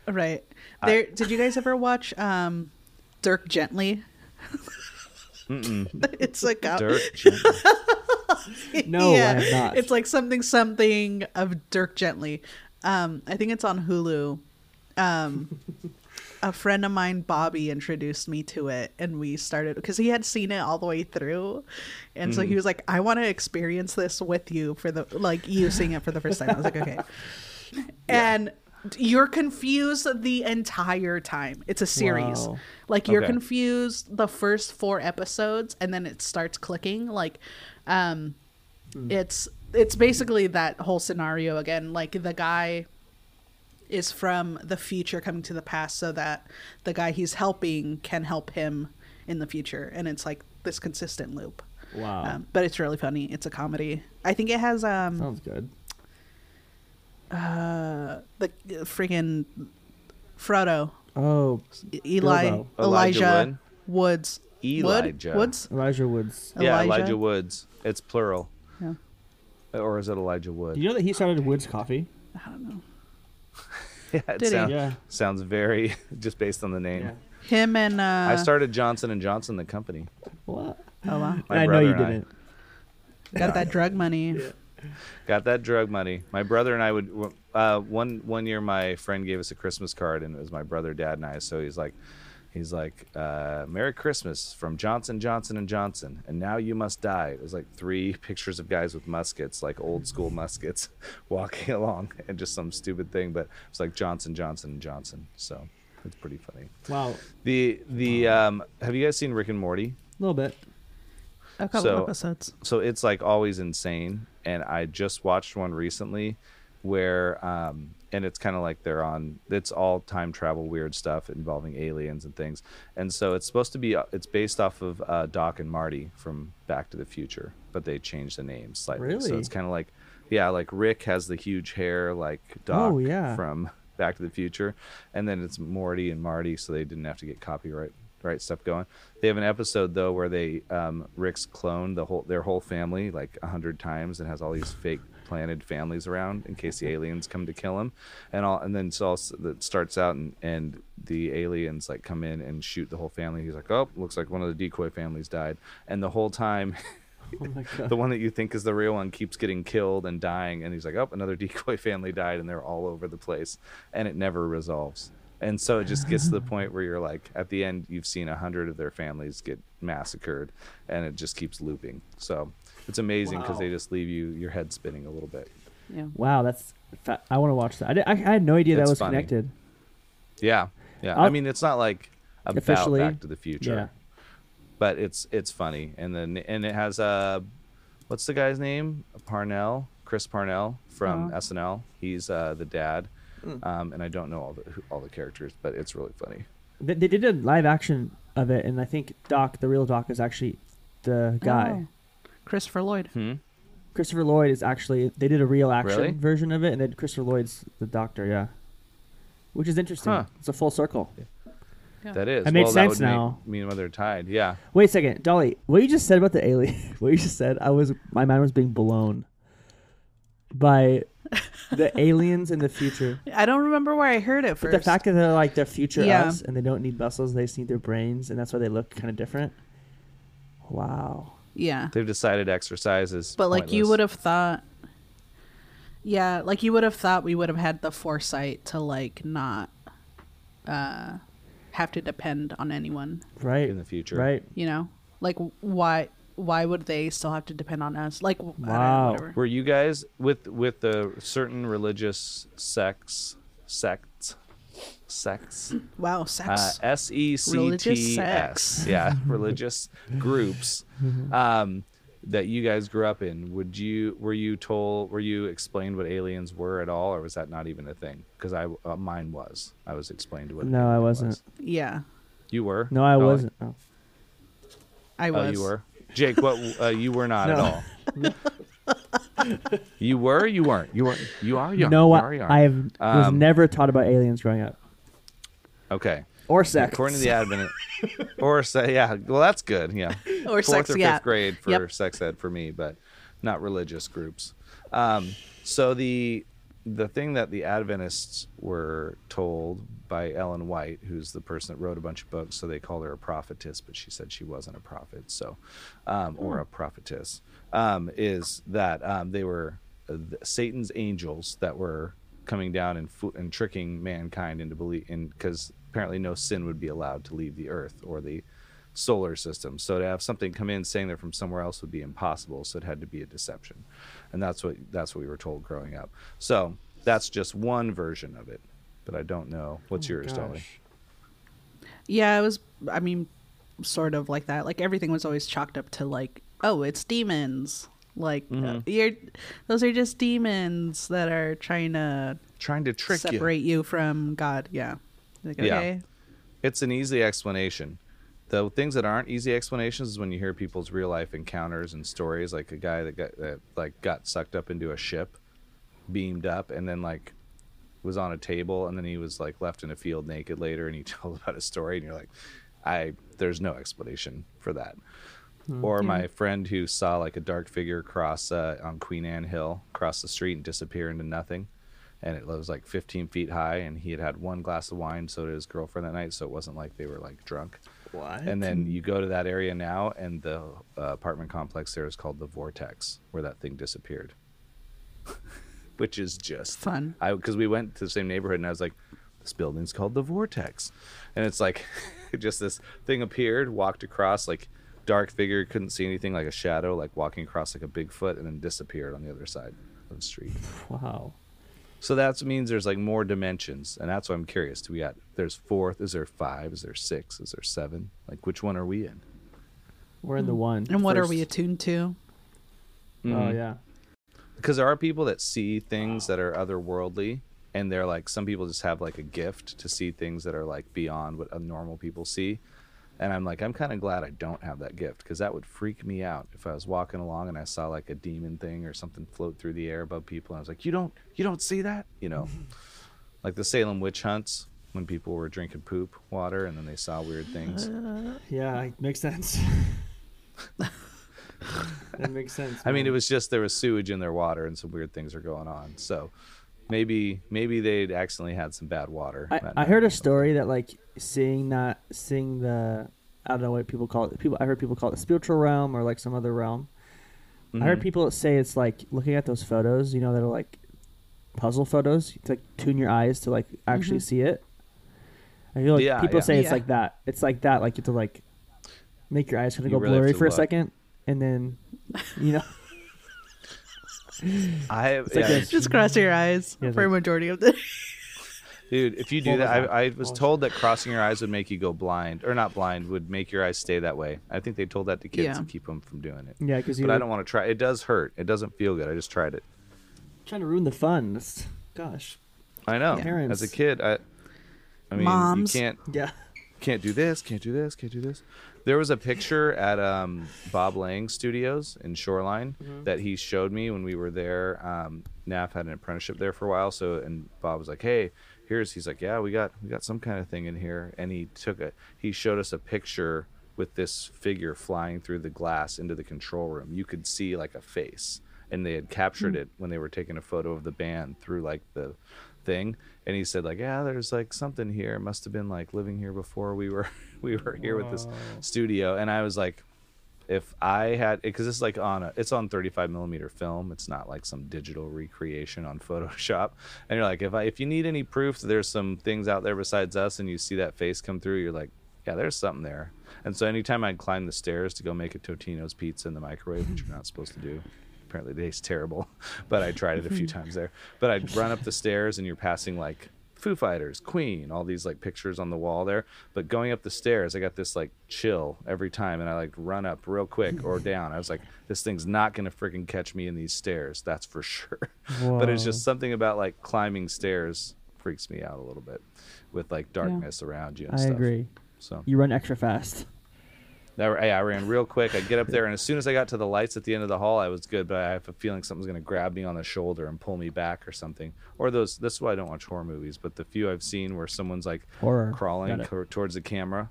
C: Right. There did you guys ever watch um Dirk Gently? it's like a,
B: Dirk Gently.
A: No, I have not.
C: It's like something something of Dirk Gently. Um I think it's on Hulu. Um a friend of mine Bobby introduced me to it and we started cuz he had seen it all the way through. And
A: Hmm.
C: so he was like I want to experience this with you for the like you seeing it for the first time. I was like okay. And You're confused the entire time. It's a series.
A: Wow.
C: Like you're
B: Okay.
C: confused the first four episodes, and then it starts clicking. Like, um,
A: Hmm.
C: it's it's basically that whole scenario again. Like the guy is from the future coming to the past, so that the guy he's helping can help him in the future, and it's like this consistent loop.
A: Wow.
C: Um, but it's really funny. It's a comedy. I think it has um
A: Sounds good. Oh.
C: uh the uh, friggin' Frodo,
A: Oh,
C: E- Eli,
A: Bilbo.
C: Elijah,
B: Elijah
C: Woods,
B: Elijah.
C: Wood? Woods.
A: Elijah Woods.
B: Yeah,
C: Elijah?
B: Elijah Woods. It's plural.
C: Yeah.
B: Or is it Elijah Wood?
A: Do you know that he started Woods Coffee?
C: I don't know.
B: yeah, it
C: Did he?
B: sound-
A: Yeah.
B: sounds very just based on the name.
A: Yeah.
C: Him and uh,
B: I started Johnson and Johnson, the company.
A: What?
C: oh, wow.
B: My
A: I know you
B: brother and I.
A: didn't.
C: got that drug money.
B: Got that drug money. My brother and I would uh, one one year. My friend gave us a Christmas card, and it was my brother, dad, and I. So he's like, he's like, uh, "Merry Christmas from Johnson Johnson and Johnson." And now you must die. It was like three pictures of guys with muskets, like old school muskets, walking along, and just some stupid thing. But it's like Johnson Johnson and Johnson. So it's pretty funny.
A: Wow. A
B: The the um, have you guys seen Rick and Morty?
A: little bit.
C: A couple
B: So-
C: episodes.
B: so it's like always insane and i just watched one recently where um and it's kind of like they're on it's all time travel weird stuff involving aliens and things and so it's supposed to be uh, it's based off of uh, doc and marty from back to the future but they changed the name slightly so
A: Really?
B: it's kind of like yeah like rick has the huge hair like doc
A: Oh, yeah.
B: from back to the future and then it's morty and marty so they didn't have to get copyright right stuff going. They have an episode though where they um, Rick's cloned the whole their whole family like a hundred times and has all these fake planted families around in case the aliens come to kill him, and all and then so all s- that starts out and and the aliens like come in and shoot the whole family. He's like, oh, looks like one of the decoy families died, and the whole time.
A: Oh my god.
B: The one that you think is the real one keeps getting killed and dying, and he's like, "Oh, another decoy family died," and they're all over the place, and it never resolves. And so it just gets to the point where you're like, at the end, you've seen a hundred of their families get massacred, and it just keeps looping. So it's amazing because
A: Wow.
B: they just leave you your head spinning a little bit.
C: Yeah.
A: Wow, that's. Fa- I want to watch that. I, di- I, I had no idea
B: It's
A: that was
B: funny.
A: connected.
B: Yeah, yeah. I
A: I'll-
B: mean, it's not like about
A: Officially,
B: Back to the Future,
A: yeah.
B: but it's it's funny, and then and it has uh, what's the guy's name? Parnell, Chris Parnell from
C: Oh.
B: SNL. He's uh, the dad,
C: Hmm.
B: um, and I don't know all the who- all the characters, but it's really funny.
A: They, they did a live action of it, and I think Doc, the real Doc, is actually the guy.
C: Oh. Christopher Lloyd.
A: Christopher Lloyd is actually. They did a real action
B: Really?
A: version of it, and then Christopher Lloyd's the doctor. Yeah. Which is interesting.
B: Huh.
A: It's a full circle.
B: That is.
A: That makes
B: well,
A: sense
B: that would
A: now.
B: Make me and mother tied. Yeah.
A: Wait a second, Dolly. What you just said about the alien? What you just said? I was my mind was being blown by the aliens in the future.
C: I don't remember where I heard it
A: But
C: first.
A: the fact that they're like their future
C: Yeah.
A: us and they don't need muscles, they just need their brains, and that's why they look kind of different. Wow.
C: yeah.
B: They've decided exercise is.
C: But like you
B: pointless.
C: would have thought Yeah, like you would have thought we would have had the foresight to like not uh have to depend on anyone,
A: Right.
B: in the future,
A: Right.
C: you know? Like why why would they still have to depend on us? Like w- I don't know,
A: Wow.
C: whatever.
B: Were you guys with with the certain religious sects sects sects
C: Wow, sex.
B: uh, S E C
C: Religious
B: T S.
C: sects.
B: Yeah, religious groups
A: Mm-hmm.
B: um, that you guys grew up in. Would you were you told were you explained what aliens were at all, or was that not even a thing? Because I uh, mine was. I was explained what. an
A: No, I
B: alien
A: wasn't.
B: was.
C: yeah.
B: You were.
A: No, I
B: Dolly?
A: wasn't. Oh.
C: I
B: Oh,
C: was.
B: you were. Jake, what? Uh, you were not at
A: No.
B: all. you were. You weren't. You weren't. You are. You
A: No,
B: are,
A: I,
B: you are.
A: I have, was
B: Um,
A: never taught about aliens growing up
B: Okay.
A: or sex.
B: According to the Advent, or say, yeah, well, that's good. Yeah,
C: Or
B: fourth
C: sex,
B: or fifth
C: yeah.
B: grade for
C: Yep.
B: sex ed for me, but not religious groups. Um, so the the thing that the Adventists were told by Ellen White, who's the person that wrote a bunch of books, so they called her a prophetess, but she said she wasn't a prophet, so um,
C: Hmm.
B: or a prophetess, um, is that um, they were uh, th- Satan's angels that were coming down and fo- and tricking mankind into believe in because apparently no sin would be allowed to leave the earth or the solar system. So to have something come in saying they're from somewhere else would be impossible. So it had to be a deception, and that's what that's what we were told growing up. So that's just one version of it. that I don't know. What's yours, Dolly?
D: Gosh.
C: Yeah, it was. I mean, sort of like that. Like everything was always chalked up to like, oh, it's demons. Like
B: Mm-hmm.
C: uh, you're, those are just demons that are trying to
B: Trying to trick you.
C: separate you. from God. Yeah. Like,
B: Yeah.
C: okay.
B: It's an easy explanation. The things that aren't easy explanations is when you hear people's real life encounters and stories, like a guy that got that like got sucked up into a ship, beamed up, and then like was on a table, and then he was like left in a field naked later, and he told about his story, and you're like, I there's no explanation for that. Or my friend who saw like a dark figure cross uh, on Queen Anne Hill, cross the street and disappear into nothing, and it was like 15 feet high, and he had had one glass of wine, so did his girlfriend that night, so it wasn't like they were like drunk.
A: What?
B: And then you go to that area now, and the uh, apartment complex there is called the Vortex, where that thing disappeared. Which is just
C: Fun.
B: I because we went to the same neighborhood, and I was like, "This building's called the Vortex," and it's like, just this thing appeared, walked across like dark figure, couldn't see anything, like a shadow, like walking across like a Bigfoot, and then disappeared on the other side of the street.
A: Wow.
B: So that means there's like more dimensions, and that's why I'm curious. Do we at there's fourth? Is there five? Is there six? Is there seven? Like which one are we in?
A: We're in the one.
C: Mm. And what are we
A: First-
C: attuned to?
B: Mm.
A: Oh yeah.
B: Because there are people that see things that are otherworldly, and they're like some people just have like a gift to see things that are like beyond what a normal people see. And I'm like, I'm kind of glad I don't have that gift because that would freak me out if I was walking along and I saw like a demon thing or something float through the air above people, and I was like, you don't, you don't see that, you know. like the Salem witch hunts when people were drinking poop water and then they saw weird things.
A: Yeah, it makes sense. that makes sense.
B: I mean, it
A: man.
B: was just there was sewage in their water and some weird things are going on. So maybe maybe they'd accidentally had some bad water.
A: I,
B: that
A: I
B: night.
A: heard a story that like seeing not seeing the I don't know what people call it. People I heard people call it the spiritual realm or like some other realm. I
B: Mm-hmm.
A: heard people say it's like looking at those photos, you know, that are like puzzle photos. You have to, like tune your eyes to like actually see it. I feel like
B: Yeah,
A: people
B: yeah.
A: say it's
C: Yeah.
A: like that. It's like that. Like you have to like make your eyes kind of
B: You
A: go
B: really have
A: blurry
B: to
A: for
B: look.
A: a second, and then you know.
B: I have,
A: like
B: yeah,
A: this.
C: Just cross your eyes
A: Yeah,
C: for a
A: like-
C: majority of the.
B: dude. If you do
A: What
B: that,
A: was that?
B: I, I was
A: What was
B: told that crossing your eyes would make you go blind, or not blind, would make your eyes stay that way. I think they told that to kids
C: Yeah.
B: to keep them from doing it.
A: Yeah, because
B: But
A: you're
B: I don't want to try. It does hurt. It doesn't feel good. I just tried it.
A: trying to ruin the fun. It's- gosh,
B: I know.
A: Parents.
B: As a kid, I, I mean,
C: Moms.
B: you can't
A: yeah.
B: can't do this, can't do this, can't do this. There was a picture at um, Bob Lang Studios in Shoreline that he showed me when we were there. Um, Naf had an apprenticeship there for a while, so and Bob was like, "Hey, here's." He's like, "Yeah, we got we got some kind of thing in here," and he took a he showed us a picture with this figure flying through the glass into the control room. You could see like a face, and they had captured it when they were taking a photo of the band through like the thing and he said like yeah there's like something here must have been like living here before we were we were here with this studio and i was like if i had because it's like on a it's on 35 millimeter film it's not like some digital recreation on photoshop and you're like if i if you need any proof that there's some things out there besides us and you see that face come through you're like yeah there's something there and so anytime i'd climb the stairs to go make a totino's pizza in the microwave which you're not supposed to do apparently it tastes terrible but i tried it a few times there but i'd run up the stairs and you're passing like foo fighters queen all these like pictures on the wall there but going up the stairs i got this like chill every time and i like run up real quick or down i was like this thing's not gonna freaking catch me in these stairs that's for sure but it's
A: Whoa.
B: just something about like climbing stairs freaks me out a little bit with like darkness around you and
A: I
B: stuff
A: agree.
B: so
A: You run extra fast.
B: I, I ran real quick. I get up there, and as soon as I got to the lights at the end of the hall, I was good. But I have a feeling something's going to grab me on the shoulder and pull me back or something. Or those. That's why I don't watch horror movies. But the few I've seen where someone's like
A: Horror.
B: crawling
A: Got it.
B: co- towards the camera,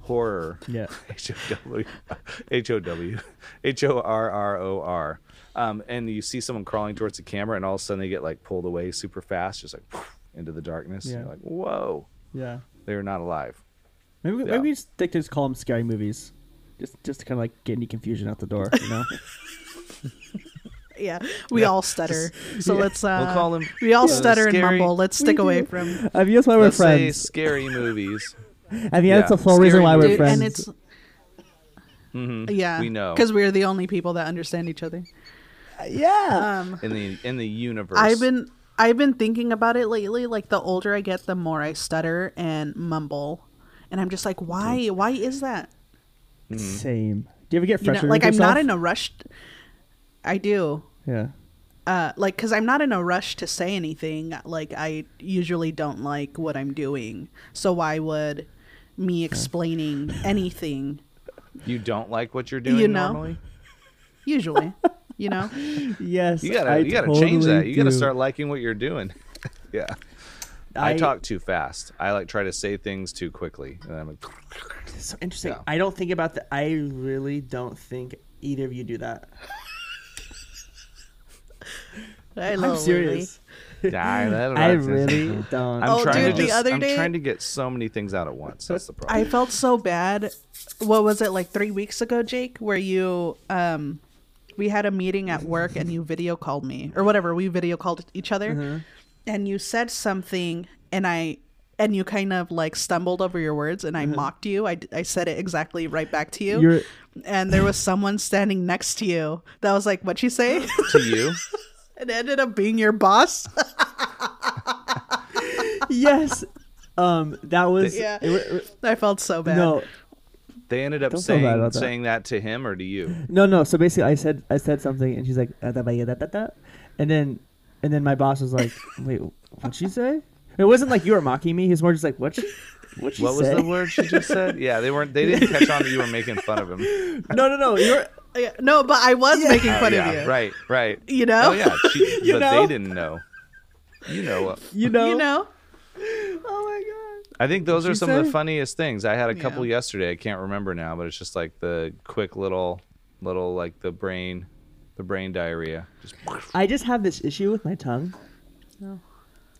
B: horror.
A: Yeah.
B: H O W, H O W, H O R R O R. Um, and you see someone crawling towards the camera, and all of a sudden they get like pulled away super fast, just like into the darkness. And
A: Yeah.
B: you're like, whoa,
A: Yeah.
B: they're not alive.
A: Maybe we,
B: Yeah.
A: maybe we just stick to just call them scary movies, just just to kind of like get any confusion out the door, you know?
C: yeah, we all stutter. So let's. Uh,
B: We'll call them,
C: We all
B: uh,
C: stutter and
B: scary-
C: mumble. Let's stick away from.
A: I mean, that's why
B: Let's
A: we're
B: say
A: friends.
B: scary movies.
A: I think that's
B: yeah,
A: the whole reason
B: scary
A: why we're
B: movies.
C: Dude,
A: friends.
C: and it's. Yeah,
B: we know.
C: because we're the only people that understand each other.
A: yeah.
C: Um,
B: in the in the universe.
C: I've been I've been thinking about it lately. Like the older I get, the more I stutter and mumble, and I'm just like, why? Why is that?
A: Uh, Same. Do you ever get
C: You know,
A: frustrated?
C: like
A: with
C: I'm not in
A: yourself?
C: a rush. I do.
A: Yeah.
C: Uh, like, cause I'm not in a rush to say anything. Like, I usually don't like what I'm doing, so why would me explaining anything?
B: You don't like what you're doing
C: You know.
B: normally.
C: Usually, you know.
A: Yes.
B: You gotta
A: I
B: you gotta change
A: totally
B: that. You gotta
A: do.
B: start liking what you're doing. yeah. I,
A: I-
B: talk too fast. I like try to say things too quickly, and I'm like,
A: So interesting.
B: Yeah.
A: I don't think about that. I really don't think either of you do that.
C: I
A: I'm serious.
B: "Nah, don't
A: I
B: like this."
A: really don't.
B: I'm
C: Oh,
B: trying
C: dude,
B: to
C: the
B: just,
C: other
B: I'm
C: day-
B: trying to get so many things out at once. That's the problem.
C: I felt so bad. What was it like three weeks ago, Jake? Where you, um, we had a meeting at work and you video called me or whatever. We video called each other,
A: Mm-hmm.
C: and you said something, and I, and you kind of like stumbled over your words, and I mocked you. I, I said it exactly right back to you,
A: Mm-hmm. You're-
C: and there was someone standing next to you that was like, "What you say?"
B: to you,
C: and ended up being your boss.
A: yes. Um. That was.
C: Yeah.
A: it wa- it
C: I felt so
A: wa-
C: bad.
A: no.
B: they ended up
A: Don't feel bad
B: saying
A: about that.
B: saying that to him or to you.
A: No. No. So basically, I said I said something, and she's like, "Ah, da, ba, ya, da, da, da." and then and then my boss was like, "Wait, what'd she say?" It wasn't like you were mocking me. He was more just like, "What? She, what she
B: What was
A: say?"
B: the word she just said? Yeah, they weren't. They didn't catch on that you were making fun of him.
A: no. No. No. You're.
C: Yeah, no, but I was making
B: Oh,
C: fun
B: yeah,
C: of you,
B: Right, right.
C: You know?
B: Oh yeah, she,
A: You
B: but
A: know?
B: they didn't know. You know. what-
A: You know.
C: You know.
A: Oh my god.
B: I think those are
A: you
B: some of
A: say?
B: the funniest things. I had a couple
C: Yeah.
B: yesterday. I can't remember now, but it's just like the quick little, little like the brain, the brain diarrhea. Just
A: I just have this issue with my tongue.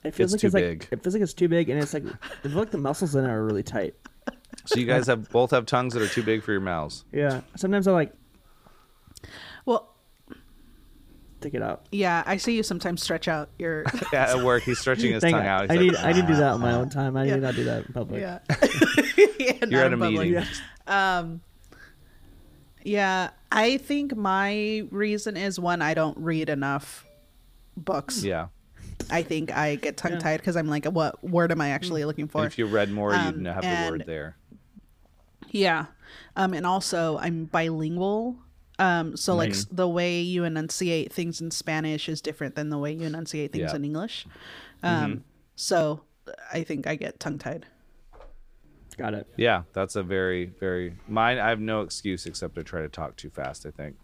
A: It feels
B: It's
A: like
B: too
A: it's like
B: big.
A: it feels like it's too big, and it's like it's like the muscles in it are really tight.
B: so you guys have both have tongues that are too big for your mouths.
A: Yeah. Sometimes I like
C: Well,
A: take it out.
C: Yeah, I see you sometimes stretch out your.
B: Yeah, at work he's stretching his
A: Thank
B: tongue
A: God.
B: out.
A: I
B: He's
A: need
B: like,
A: I need to do
B: "Ah."
A: that on my own time. I
C: Yeah.
A: need not do that in public.
C: yeah.
B: You're at a
C: not in public.
B: meeting.
A: Yeah.
C: Yeah, I think my reason is one, I don't read enough books.
B: Yeah.
C: I think I get tongue tied because I'm like, what word am I
A: Mm.
C: actually looking for?
B: If you read more,
C: Um,
B: you'd have the
C: and-
B: word there.
C: Yeah. Um, and also, I'm bilingual. Um, so,
B: Mm-hmm.
C: like, s- the way you enunciate things in Spanish is different than the way you enunciate things
B: Yeah. Mm-hmm.
C: in English. Um, So, I think I get tongue tied.
A: Got it.
B: Yeah, that's a very, very mine. I have no excuse except to try to talk too fast. I think.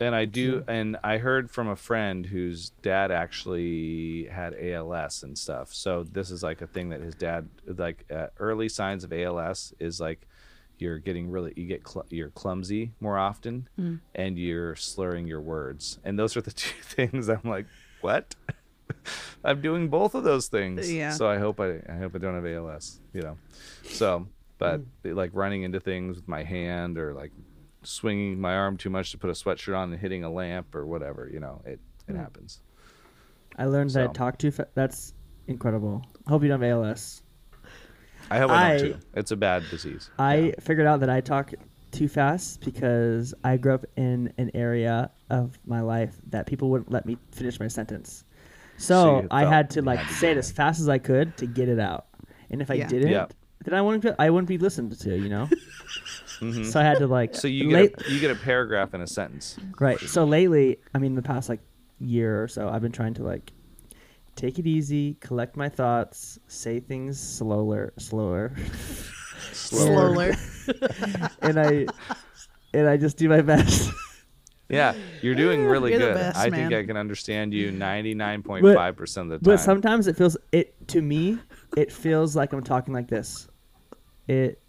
B: And I do, and I heard from a friend whose dad actually had ALS and stuff. So this is like a thing that his dad, like uh, early signs of ALS is like you're getting really, you get cl- you're clumsy more often, and you're slurring your words. And those are the two things. I'm like, what? I'm doing both of those things.
C: Yeah.
B: So I hope I, I hope I don't have ALS. You know, so but like running into things with my hand or like swinging my arm too much to put a sweatshirt on and hitting a lamp or whatever. You know, it it happens.
A: I learned that
B: So.
A: I talk too fa- that's incredible. Hope you don't have ALS.
B: I hope I,
A: I-
B: don't too. It's a bad disease.
A: I
B: Yeah.
A: figured out that I talk too fast because I grew up in an area of my life that people wouldn't let me finish my sentence.
B: So
A: So,
B: you
A: I
B: felt
A: had to
B: you
A: like
B: had to
A: say
B: get
A: it
B: it.
A: as fast as I could to get it out. And if I
C: Yeah.
A: didn't,
B: Yeah.
A: then I wouldn't be- I wouldn't be listened to, you know? So I had to like
B: Mm-hmm. So you
A: late-
B: get a, you get a paragraph in a sentence.
A: Right. So lately, I mean, the past like year or so, I've been trying to like take it easy, collect my thoughts, say things slower, slower,
B: Slower.
C: Slower.
A: and I and I just do my best.
B: Yeah, you're doing really
C: You're the
B: good.
C: best,
B: I
C: man.
B: think I can understand you 99.5 percent of the time.
A: but sometimes it feels it to me. It feels like I'm talking like this. It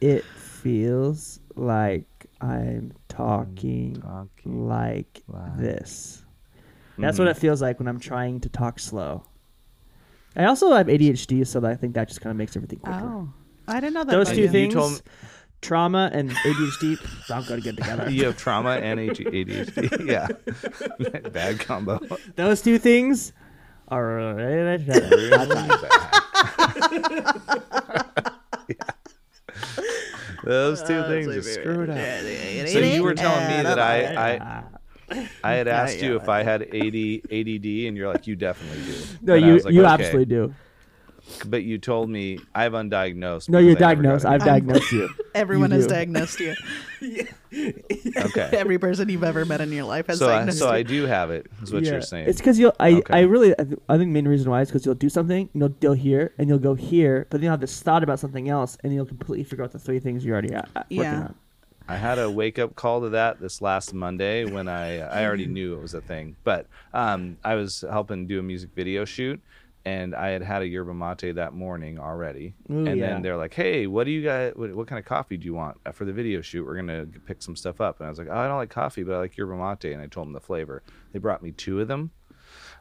A: it feels like I'm talking,
B: talking
A: like,
B: like-
A: this. That's
B: Hmm.
A: what it feels like when I'm trying to talk slow. I also have ADHD, so I think that just kind of makes everything quicker.
C: Oh, I didn't know that.
A: Those
C: about
A: two
C: you.
A: things,
B: told me-
A: trauma and ADHD, don't go good together.
B: you have trauma and ADHD. Yeah, bad combo.
A: Those two things are related to each other.
B: Really bad. Yeah. Those two things are screwed up. So you were telling me that I, I I had asked you
D: yeah,
B: if I had AD, ADD, and you're like, you definitely do.
A: No,
B: And I
A: you
B: was like,
A: you
B: "Okay."
A: absolutely do.
B: But you told me I've undiagnosed.
A: No, you're
B: because I never
A: diagnosed.
B: got
A: I've
B: it.
A: diagnosed you.
C: Everyone
A: You
C: has
A: do.
C: diagnosed you.
B: Okay.
C: Every person you've ever met in your life has
B: So I,
C: diagnosed
B: so I
C: you.
B: do have it. Is what
A: Yeah.
B: you're saying.
A: It's because you'll. I,
B: Okay.
A: I really. I, th- I think the main reason why is because you'll do something, and you'll deal here, and you'll go here, but then you'll have this thought about something else, and you'll completely figure out the three things you're already at, at- working
C: Yeah.
A: on.
B: I had a wake up call to that this last Monday when I I already knew it was a thing, but um, I was helping do a music video shoot, and I had had a yerba mate that morning already,
A: Ooh,
B: and
A: yeah.
B: then they're like, "Hey, what do you got? What, what kind of coffee do you want Uh, for the video shoot? We're gonna pick some stuff up." And I was like, "Oh, I don't like coffee, but I like yerba mate," and I told them the flavor. They brought me two of them.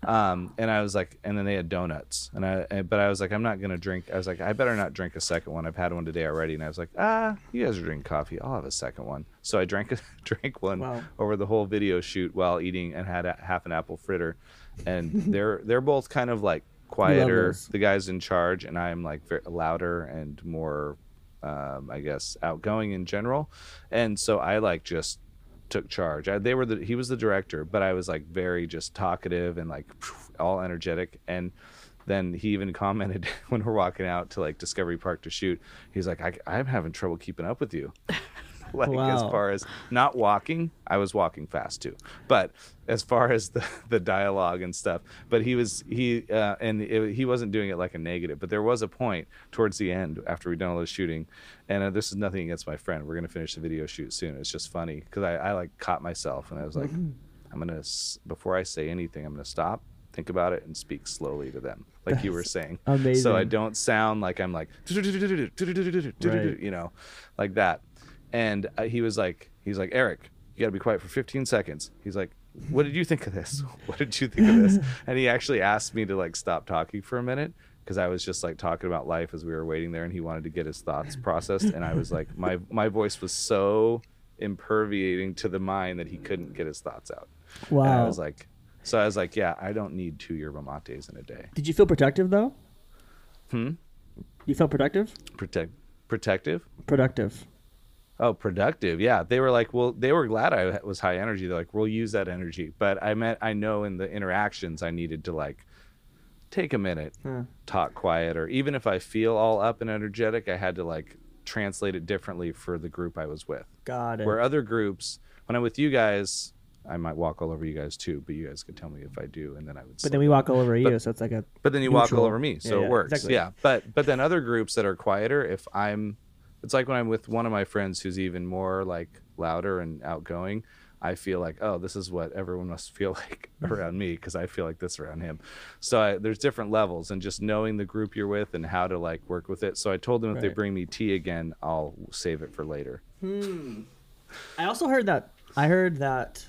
B: Um, and I was like, and then they had donuts, and I, and- but I was like, I'm not gonna drink. I was like, I better not drink a second one. I've had one today already, and I was like, ah, you guys are drinking coffee. I'll have a second one. So I drank a, drank one
A: Wow.
B: over the whole video shoot while eating, and had a, half an apple fritter, and they're they're both kind of like quieter.
A: those.
B: The guy's in charge, and I'm like ver louder and more, um, I guess, outgoing in general, and so I like just took charge. I, they were the he was the director, but I was like very just talkative and like all energetic. And then he even commented when we're walking out to like Discovery Park to shoot. He's like, I, I'm having trouble keeping up with you. like as
A: Wow.
B: far as not walking, I was walking fast too. But as far as the the dialogue and stuff, but he was he uh, and it, he wasn't doing it like a negative. But there was a point towards the end after we'd done all the shooting, and uh, this is nothing against my friend. We're gonna finish the video shoot soon. It's just funny because I, I like caught myself and I was like,
A: Mm-hmm.
B: "Hmm, I'm gonna s- before I say anything, I'm gonna stop, think about it, and speak slowly to them, like you were saying. So I
A: amazing.
B: don't sound like I'm like
A: Right.
B: you know, like that. And uh, he was like, he's like, Eric, you got to be quiet for 15 seconds. He's like, what did you think of this? What did you think of this? And he actually asked me to like stop talking for a minute because I was just like talking about life as we were waiting there, and he wanted to get his thoughts processed. And I was like, my my voice was so imperviating to the mind that he couldn't get his thoughts out. And I
A: Wow.
B: was like, so I was like, yeah, I don't need two yerba mates in a day.
A: Did you feel productive though? Hmm. You felt productive.
B: Protect protective.
A: Productive.
B: Oh, productive. Yeah. They were like, well, they were glad I was high energy. They're like, we'll use that energy. But I meant, I know in the interactions, I needed to like take a minute, talk quiet, or even if I feel all up and energetic, I had to like translate it differently for the group I was with.
A: Got it.
B: Where other groups, when I'm with you guys, I might walk all over you guys too, but you guys could tell me if I do, and then I would.
A: but
B: slow
A: then we walk all over you, so it's like a.
B: but then you walk all
A: neutral-
B: over me, so
A: Yeah,
B: it
A: yeah,
B: works.
A: exactly.
B: Yeah, but but then other groups that are quieter, if I'm, it's like when I'm with one of my friends who's even more like louder and outgoing, I feel like oh, this is what everyone must feel like
A: Mm-hmm.
B: around me because I feel like this around him. So I, there's different levels, and just knowing the group you're with and how to like work with it. So I told them if they
A: Right.
B: bring me tea again, I'll save it for later.
A: I also heard that I heard that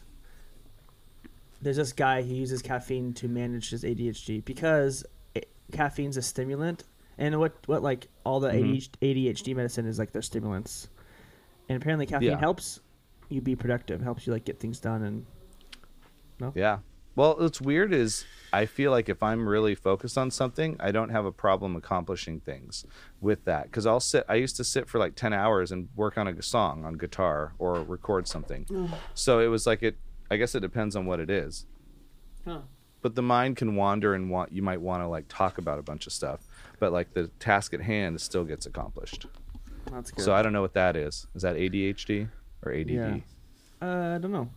A: there's this guy who uses caffeine to manage his ADHD because it, caffeine's a stimulant, and what what like all
B: Mm-hmm.
A: the ADHD medicine is like their stimulants, and apparently caffeine
B: Yeah.
A: helps you be productive, helps you like get things done, and
B: Yeah. Well, what's weird is I feel like if I'm really focused on something, I don't have a problem accomplishing things with that. Because I'll sit, I used to sit for like 10 hours and work on a song on guitar or record something. So it was like it, I guess it depends on what it is. But the mind can wander and want, you might want to like talk about a bunch of stuff. But like the task at hand still gets accomplished.
A: that's good.
B: So I don't know what that is. Is that ADHD or ADD?
A: Yeah. uh, I don't know,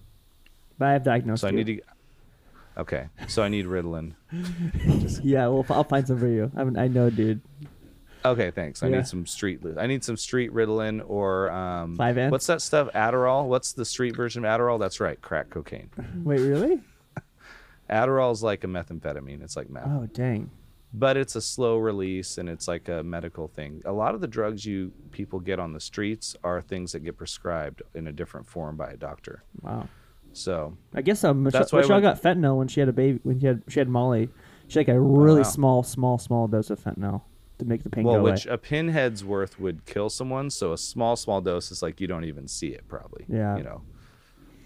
A: but I have diagnosed.
B: So I
A: you.
B: need to, okay. So I need Ritalin.
A: Yeah, well, I'll find some for you. I mean, I know, dude.
B: Okay, thanks. I
A: Yeah.
B: need some street. li- I need some street Ritalin or um,
A: 5M?
B: What's that stuff? Adderall. What's the street version of Adderall? That's right, crack cocaine.
A: Wait, really?
B: Adderall's like a methamphetamine. It's like meth,
A: Oh, dang.
B: but it's a slow release and it's like a medical thing. A lot of the drugs you people get on the streets are things that get prescribed in a different form by a doctor.
A: Wow.
B: So
A: I guess um, so. Michelle,
B: That's why
A: Michelle
B: when-
A: got fentanyl when she had a baby. When she had she had Molly, she had like a really
B: wow.
A: small, small, small dose of fentanyl to make the pain
B: well,
A: go
B: which
A: away.
B: a pinhead's worth would kill someone. So a small, small dose is like you don't even see it, probably.
A: Yeah.
B: You know.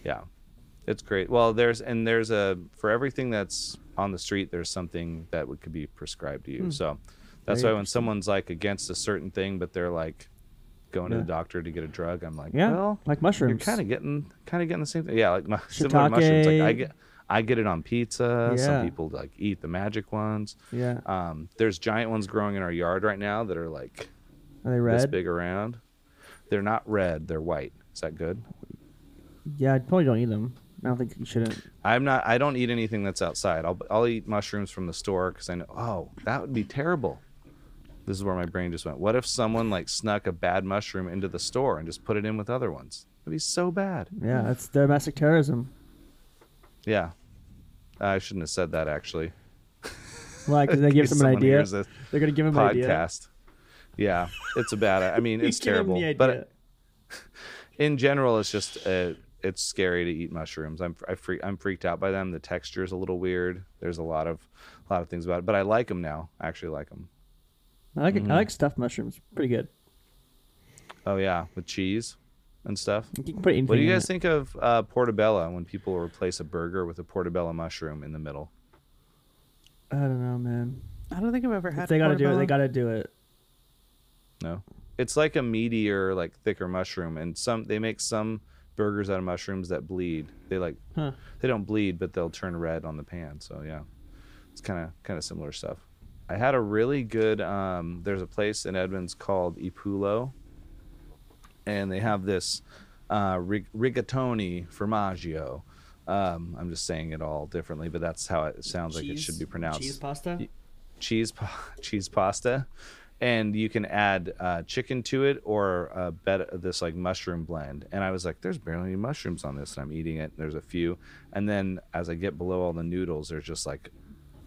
B: Yeah, it's great. Well, there's and there's a for everything that's on the street, there's something that would, could be prescribed to you. So
A: Hmm.
B: that's
A: Very
B: why when someone's like against a certain thing, but they're like going to the doctor to get a drug, I'm like,
A: Yeah,
B: well,
A: like mushrooms.
B: You're kind of getting kind of getting the same thing. Yeah, like mu- similar to mushrooms. Like I
A: Shiitake.
B: get I get it on pizza.
A: Yeah.
B: Some people like eat the magic ones.
A: Yeah.
B: Um, there's giant ones growing in our yard right now that are like
A: Are they
B: this
A: red?
B: big around. They're not red. They're white. Is that good?
A: Yeah, I probably don't eat them. I don't think you shouldn't.
B: I'm not. I don't eat anything that's outside. I'll I'll eat mushrooms from the store because I know. Oh, that would be terrible. This is where my brain just went. What if someone like snuck a bad mushroom into the store and just put it in with other ones? That'd be so bad.
A: Yeah, that's domestic terrorism.
B: Yeah, I shouldn't have said that actually.
A: Why? Because they give
B: case
A: them an
B: someone
A: idea.
B: hears this
A: They're gonna give them an idea.
B: Podcast. Yeah, it's a bad. I mean,
A: You
B: it's
A: give 'em
B: terrible.
A: the idea.
B: But in general, it's just uh, it's scary to eat mushrooms. I'm I freak, I'm freaked out by them. The texture is a little weird. There's a lot of a lot of things about it, but I like them now. I actually like them.
A: I like
B: Mm.
A: I like stuffed mushrooms. Pretty good.
B: Oh yeah, with cheese and stuff.
A: You can put anything.
B: What do you
A: in
B: guys
A: it.
B: think of uh, portobello when people replace a burger with a portobello mushroom in the middle?
A: I don't know, man.
C: I don't think I've ever had.
A: If they gotta do it. They
C: portobello.
A: gotta do it.
B: No. It's like a meatier, like thicker mushroom, and some they make some burgers out of mushrooms that bleed. They like
A: Huh.
B: they don't bleed, but they'll turn red on the pan. So yeah, it's kind of kind of similar stuff. I had a really good. Um, there's a place in Edmonds called Ipulo, and they have this uh, rig- rigatoni formaggio. Um, I'm just saying it all differently, but that's how it sounds like it should be pronounced
A: Cheese pasta.
B: cheese pa- cheese pasta, and you can add uh, chicken to it or uh, bet- this like mushroom blend. And I was like, "There's barely any mushrooms on this," and I'm eating it. And there's a few, and then as I get below all the noodles, there's just like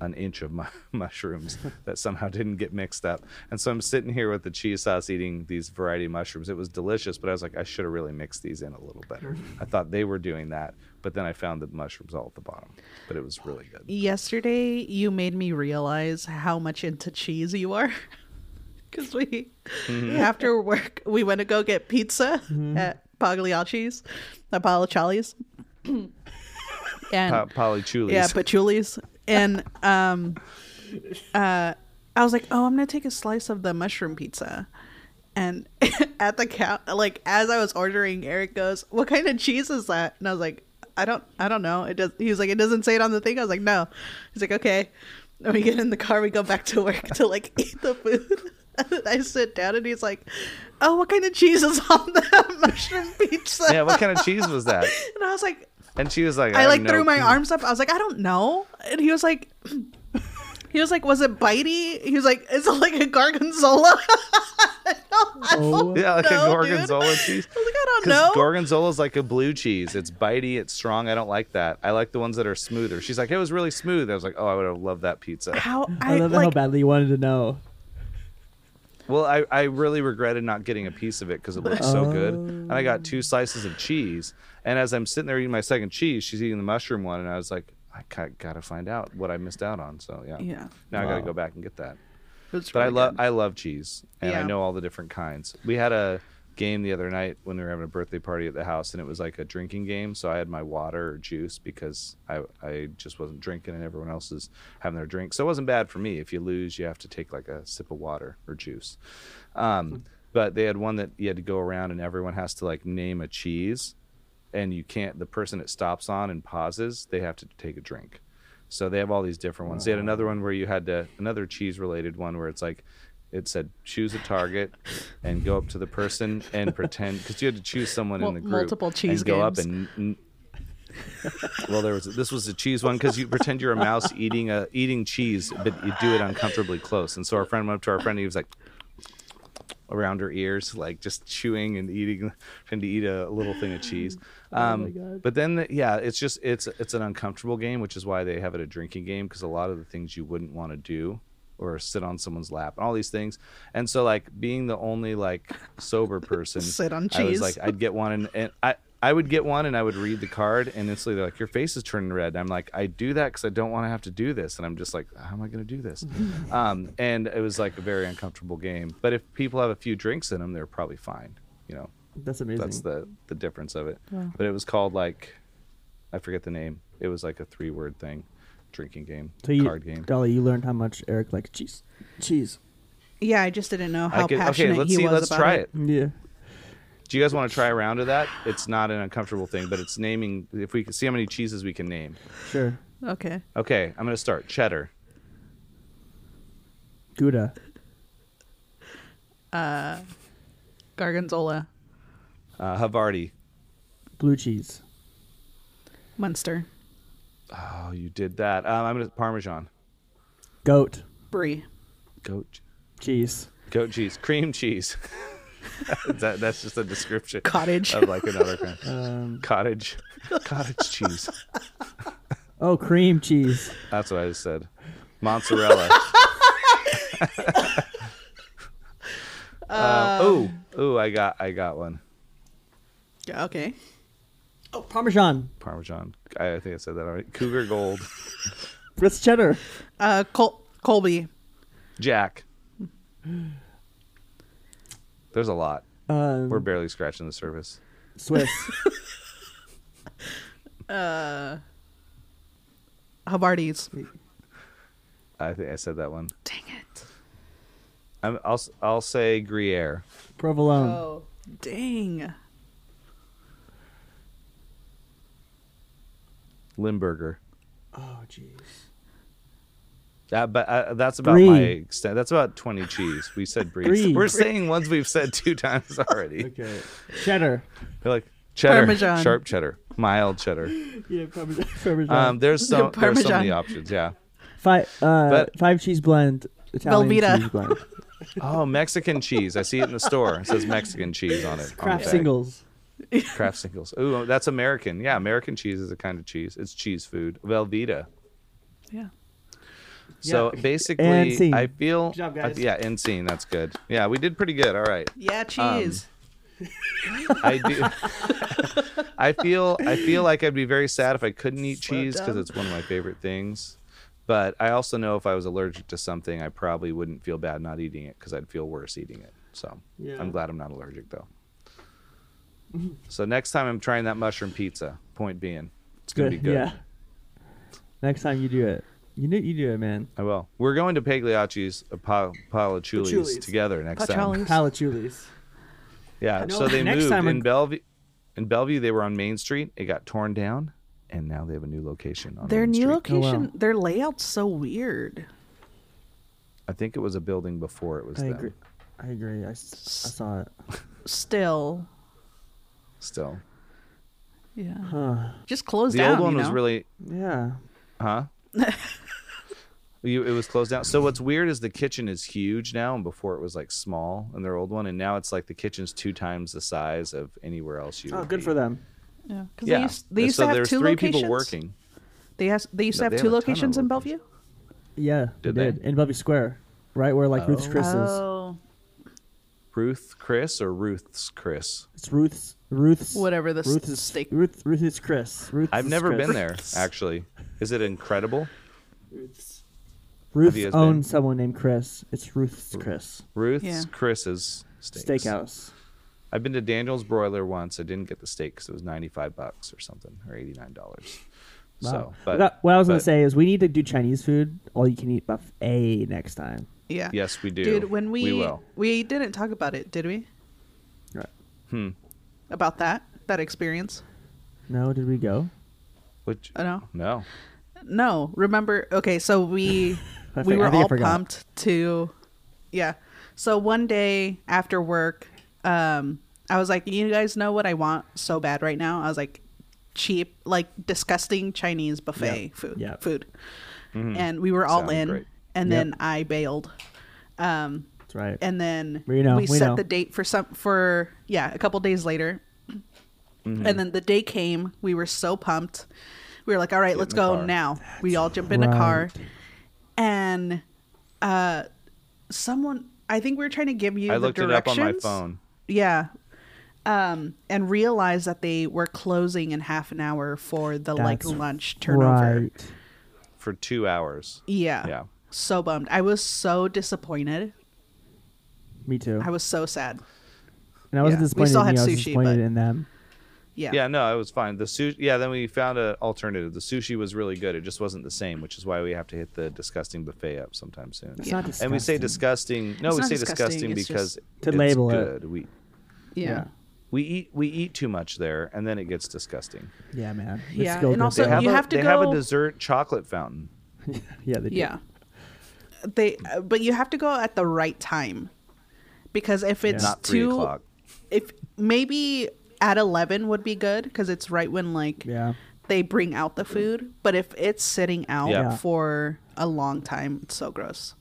B: an inch of mu- mushrooms that somehow didn't get mixed up. And so I'm sitting here with the cheese sauce eating these variety of mushrooms. It was delicious, but I was like, I should have really mixed these in a little better. I thought they were doing that, but then I found the mushrooms all at the bottom. But it was really good.
C: Yesterday, you made me realize how much into cheese you are. Because we, after work, we went to go get pizza
A: Mm-hmm.
C: at Pagliacci's, at Pagliacci's. and
B: Pa- Polychulis.
C: yeah, patchoulis. And um, uh, I was like, oh, I'm gonna take a slice of the mushroom pizza. And at the count, like as I was ordering, Eric goes, "What kind of cheese is that?" And I was like, "I don't, I don't know." It does. He was like, "It doesn't say it on the thing." I was like, "No." He's like, "Okay." And we get in the car, we go back to work to like eat the food. And I sit down, and he's like, "Oh, what kind of cheese is on the mushroom pizza?"
B: yeah, what kind of cheese was that?
C: And I was like,
B: And she was like,
C: I
B: have
C: like
B: no
C: threw my
B: clue."
C: arms up. I was like, I don't know. And he was like, he was like, was it bitey? He was like, is it like a gargonzola? no, I
A: Oh.
C: don't
B: Yeah, like
C: know,
B: a
C: dude.
B: gorgonzola cheese.
C: I was like, I don't
B: Because
C: know.
B: gorgonzola is like a blue cheese. It's bitey, it's strong. I don't like that. I like the ones that are smoother. She's like, it was really smooth. I was like, oh, I would have loved that pizza.
C: how
A: I,
C: I,
A: love that how
C: like,
A: badly you wanted to know.
B: Well, I, I really regretted not getting a piece of it because it looked so good. And I
C: Oh.
B: got two slices of cheese. And as I'm sitting there eating my second cheese, she's eating the mushroom one. And I was like, I ca- gotta find out what I missed out on. So yeah,
C: Yeah.
B: now I gotta
A: Wow.
B: go back and get that.
C: It's
B: But I
C: really
B: love
C: good.
B: I love cheese, and I
C: Yeah.
B: know all the different kinds. We had a game the other night when we were having a birthday party at the house, and it was like a drinking game. So I had my water or juice because I I just wasn't drinking, and everyone else is having their drink. So it wasn't bad for me. If you lose, you have to take like a sip of water or juice. Um, but they had one that you had to go around, and everyone has to like name a cheese, and you can't. The person it stops on and pauses, they have to take a drink. So they have all these different ones. They had another one where you had to another cheese related one where it's like it said choose a target and go up to the person and pretend because you had to choose someone
C: Mul-
B: in the group
C: multiple cheese
B: and go up
C: games.
B: and. n- well, there was this was a cheese one because you pretend you're a mouse eating a eating cheese, but you do it uncomfortably close. And so our friend went up to our friend and he was like, around her ears, like just chewing and eating, trying to eat a little thing of cheese. Um,
A: God.
B: but then, the, yeah, it's just it's it's an uncomfortable game, which is why they have it a drinking game because a lot of the things you wouldn't want to do or sit on someone's lap and all these things. And so, like being the only like sober person,
C: Sit on
B: I was
C: cheese.
B: like, I'd get one and, and I. I would get one and I would read the card, and instantly they're like, "Your face is turning red." And I'm like, "I do that because I don't want to have to do this," and I'm just like, "How am I going to do this?" um, and it was like a very uncomfortable game. But if people have a few drinks in them, they're probably fine. You know,
A: That's amazing.
B: that's the the difference of it. But it was called like, I forget the name. It was like a three word thing, drinking game,
A: so you,
B: card game.
A: Dolly, you learned how much Eric likes cheese. Cheese.
C: yeah, I just didn't know
B: I
C: how
B: could-
C: passionate
B: okay, let's
C: he
B: see.
C: was
B: Let's
C: about
B: try
C: it.
B: it.
A: Yeah.
B: Do you guys want to try a round of that? It's not an uncomfortable thing, but it's naming. If we can see how many cheeses we can name.
A: Sure.
C: Okay.
B: Okay, I'm gonna start cheddar,
A: Gouda.
C: Gargonzola,
B: uh, Havarti.
A: Blue cheese.
C: Munster,
B: Oh, you did that. Um, I'm gonna Parmesan,
A: Goat.
C: Brie,
B: goat,
A: Cheese.
B: goat cheese, cream cheese. that, that's just a description
C: Cottage.
B: of like another kind.
A: Um,
B: cottage, cottage cheese.
A: Oh, cream cheese.
B: That's what I just said. Mozzarella. uh, oh, oh, I got, I got one.
C: Yeah, okay.
A: Oh, Parmesan.
B: Parmesan. I, I think I said that already. Cougar Gold.
A: That's cheddar.
C: Uh, Col- Colby,
B: Jack. There's a lot.
A: Um,
B: We're barely scratching the surface.
A: Swiss.
C: Havarti's.
B: I think I said that one.
C: Dang it.
B: I'm, I'll, s- I'll say Gruyere.
A: Provolone.
C: Oh, dang.
B: Limburger.
A: Oh, jeez.
B: That, but uh, that's about
A: Brie.
B: my extent. That's about 20 cheese. We said brie.
A: Brie.
B: We're saying ones we've said two times already.
A: Okay. Cheddar.
B: They're like cheddar,
C: Parmesan.
B: sharp cheddar, mild cheddar.
A: Yeah, Parmesan. Parmesan.
B: Um, there's so there's so many
C: Parmesan.
B: options. Yeah.
A: five. Uh,
B: but-
A: five cheese blend. Italian
C: Velveeta.
A: cheese blend.
B: Oh, Mexican cheese. I see it in the store. It says Mexican cheese on it. on the
A: Craft
B: bag.
A: singles.
B: Craft singles. Ooh, that's American. Yeah, American cheese is a kind of cheese. It's cheese food. Velveeta.
C: Yeah.
B: So
A: Yeah.
B: basically,
A: And scene.
B: I feel.
A: Good job,
B: I-
A: guys.
B: yeah, end scene. That's good. Yeah, we did pretty good. All right.
C: Yeah, cheese.
B: I do. I feel. I feel like I'd be very sad if I couldn't eat cheese because
C: down.
B: it's one of my favorite things. But I also know if I was allergic to something, I probably wouldn't feel bad not eating it because I'd feel worse eating it. So
A: Yeah.
B: I'm glad I'm not allergic though. So next time I'm trying that mushroom pizza. Point being, it's gonna be good.
A: Yeah. Next time you do it, you do, you do it, man.
B: I will. We're going to Pagliacci's uh, pa- Palachuli's
A: Pachuli's.
B: together next time.
C: Pachuli's.
A: Palachulis.
B: Yeah.
A: No,
B: so they
A: next
B: moved
A: time
B: in
A: I'm-
B: Bellevue. In Bellevue, they were on Main Street. It got torn down, and now they have a new location. On
C: Their
B: Main
C: new
B: Street.
A: Oh, wow.
C: location, their layout's so weird.
B: I think it was a building before it was
A: I
B: them.
A: agree. I agree. I, s- I saw it.
C: Still,
B: Still,
C: yeah.
A: Huh.
C: Just closed
B: the
C: down.
B: old one
C: you
B: was
C: know?
B: really,
A: Yeah.
B: huh? you, it was closed down. So what's weird is the kitchen is huge now, and before it was like small in their old one, and now it's like the kitchen's two times the size of anywhere else you.
A: Oh,
B: would
A: good
B: be.
A: for them.
C: Yeah, because
B: Yeah.
C: they used, they
B: And
C: used
B: so
C: to have
B: there's
C: two
B: three
C: locations.
B: people working.
C: They has, they used
B: No,
C: to
B: they
C: have
B: have a ton
C: two
B: of
C: locations in Bellevue.
B: locations.
A: Yeah,
B: Did
A: they
B: they?
A: did in Bellevue Square, right where like Ruth's Chris is.
C: Oh,
B: Ruth Chris or Ruth's Chris?
A: It's Ruth's Ruth's
C: whatever the
A: Ruth's is
C: steak.
A: Ruth Ruth's Chris. Ruth's
B: I've
A: is
B: never
A: Chris.
B: been there actually. Is it incredible?
A: Ruth's,
B: Have you guys
A: Ruth's
B: been?
A: owned someone named Chris. It's Ruth's Chris
B: Ruth's
C: Yeah.
B: Chris's steaks.
A: Steakhouse.
B: I've been to Daniel's Broiler once. I didn't get the steak because it was ninety five bucks or something or eighty nine dollars.
A: Wow.
B: So,
A: What
B: but
A: I- what I was gonna
B: but
A: say is we need to do Chinese food, all you can eat buffet next time.
C: Yeah.
B: yes, we do.
C: Dude, when we
B: we will.
C: we didn't talk about it, did we?
A: Right.
C: Hmm. About that that experience?
A: No, did we go?
B: Which,
C: I know.
B: no,
C: No, remember? Okay, so we
A: I
C: we
A: think- I
C: were
A: think I
C: all
A: forgot.
C: pumped to, yeah. So one day after work, um, I was like, "You guys know what I want so bad right now." I was like, "Cheap, like disgusting Chinese buffet
A: Yep.
C: food,
A: Yep.
C: food," and we were all
B: Mm-hmm. Sounded
C: in.
B: great.
C: And
A: Yep.
C: then I bailed. Um,
A: That's right.
C: and then
A: We know, we
C: set
A: know.
C: the date for some for yeah a couple days later
B: Mm-hmm.
C: and then the day came we were so pumped we were like all right
B: in
C: let's
B: the
C: go
B: car."
C: now we all jump in a car and uh someone i think we were trying to give you
B: I
C: the
B: looked it up
C: directions
B: on my phone.
C: yeah um and realized that they were closing in half an hour for the like
A: That's
C: lunch turnover
A: Right.
B: for two hours.
C: yeah
B: Yeah.
C: so bummed i was so disappointed
A: Me too.
C: i was so sad
A: and I wasn't
C: yeah. We
A: disappointed
C: still
A: in
C: had
A: you, I was
C: sushi,
A: disappointed
C: but-
A: in them.
C: yeah
B: Yeah, no, it was fine. The sushi, yeah. Then we found an alternative. The sushi was really good. It just wasn't the same, which is why we have to hit the disgusting buffet up sometime soon.
A: It's not
B: And we say disgusting. No,
C: It's
B: we
C: not
B: say
C: disgusting,
B: disgusting,
C: it's
B: because
C: just-
A: To
B: it's
A: label it.
B: good. We
C: yeah.
B: we eat we eat too much there, and then it gets disgusting.
A: Yeah, man. Let's
C: Yeah,
A: go
C: and
A: get
C: also
A: that.
B: They have
C: you
B: a,
C: have to
B: they have a
C: go-
B: dessert chocolate fountain.
A: yeah, they do.
C: Yeah. They uh, but you have to go at the right time. Because if it's
B: Not three
C: too
B: o'clock.
C: if maybe at 11 would be good cuz it's right when like
A: Yeah.
C: they bring out the food, but if it's sitting out
B: Yeah. Yeah.
C: for a long time, it's so gross.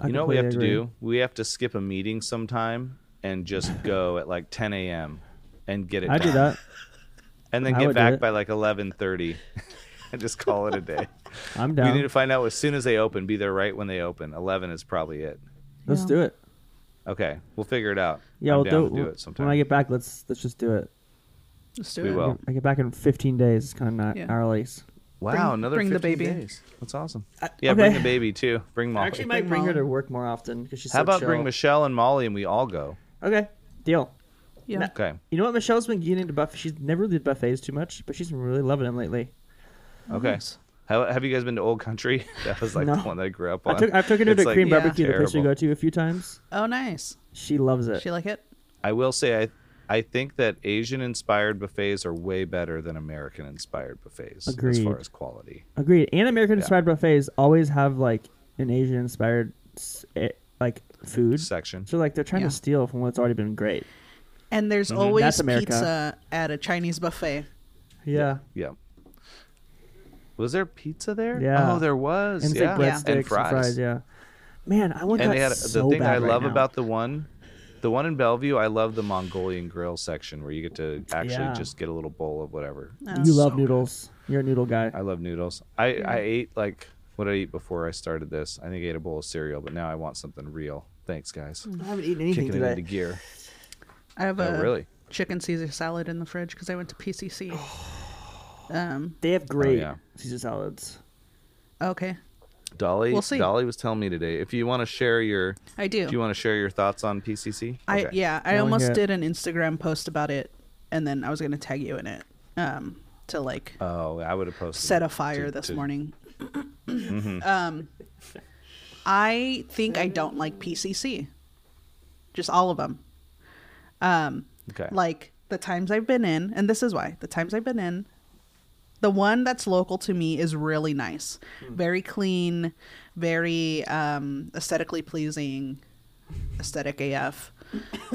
A: I
B: you know what we have to
A: completely agree.
B: do? We have to skip a meeting sometime and just go at like 10 a.m. and get it.
A: I do
B: done.
A: that.
B: and then
A: I
B: get
A: would do
B: back
A: it.
B: by like 11:30 and just call it a day.
A: I'm
B: We
A: down.
B: need to find out as soon as they open. Be there right when they open. 11 is probably it.
A: Let's
C: Yeah.
A: do it.
B: Okay, we'll figure it out.
A: Yeah,
B: I'm
A: we'll
B: down
A: do,
B: to do
A: we'll-
B: it sometime.
A: When I get back, let's let's just do it.
C: Let's do
B: We
C: it.
B: will. Oh.
A: I get back in 15 days. It's kind of not
C: Yeah.
A: our release.
B: wow,
C: Bring-
B: another
C: bring the
B: 15
C: baby.
B: days. That's awesome. Yeah, bring
A: Uh, okay.
B: the baby too. Bring Molly.
A: actually
C: might
A: might
C: Bring
A: bring her
C: Molly.
A: to work more often because she's
B: How
A: so
B: about
A: chill.
B: bring Michelle and Molly and we all go?
A: Okay, deal.
C: Yeah.
A: Nah.
B: Okay.
A: You know what? Michelle's been getting into buffet. She's never really did buffets too much, but she's been really loving them lately.
B: Okay. How, have you guys been to Old Country? That was like
A: Oh, No.
B: the one that I grew up
A: I
B: on.
A: took I've taken her
B: It's,
A: to
B: like,
A: Korean
C: Yeah.
A: barbecue, the place we
B: terrible.
A: go to a few times.
C: Oh, nice.
A: She loves
B: Uh,
A: it.
C: She like it?
B: I will say I I think that Asian inspired buffets are way better than American inspired buffets as
A: Agreed.
B: far as quality.
A: Agreed. And American inspired buffets always have like an Asian inspired like food.
B: Section.
A: So like they're trying
C: Yeah.
A: to steal from what's already been great.
C: And there's
B: Mm-hmm.
A: That's
C: always
A: America.
C: pizza at a Chinese buffet.
A: Yeah.
B: Yeah. Was there pizza there?
A: Yeah.
B: Oh, there was.
A: And it's
B: yeah.
A: like breadsticks
B: And fries.
A: Yeah. Man, I want
B: And
A: that
B: they had
A: so
B: the thing that
A: bad
B: I
A: right
B: love
A: now.
B: about the one, the one in Bellevue. I love the Mongolian grill section where you get to actually
A: Yeah.
B: just get a little bowl of whatever.
C: Oh.
A: you love noodles. You're a noodle guy.
B: I love noodles. I I ate like what I ate before I started this. I think I ate a bowl of cereal, but now I want something real. Thanks, guys.
C: Mm.
A: I haven't eaten anything
B: Kicking it into
A: today.
B: gear.
C: I have
B: Oh,
C: a
B: really?
C: chicken Caesar salad in the fridge because I went to PCC. um,
A: They have great
B: Oh, yeah.
A: Caesar salads.
C: okay,
B: Dolly,
C: We'll see.
B: Dolly was telling me today if you want to share your,
C: I do.
B: do you want to share your thoughts on PCC?
C: I
B: Okay.
C: yeah, I
A: Now we
C: almost
A: get-
C: did an Instagram post about it, and then I was gonna tag you in it um, to like
B: Oh, I would have posted.
C: set a
B: it
C: fire
B: to-
C: this
B: to- Mm-hmm.
C: morning. um, I think I don't like PCC, just all of them. Um,
B: Okay.
C: like the times I've been in, and this is why the times I've been in, the one that's local to me is really nice,
B: Hmm.
C: very clean, very um, aesthetically pleasing, aesthetic AF,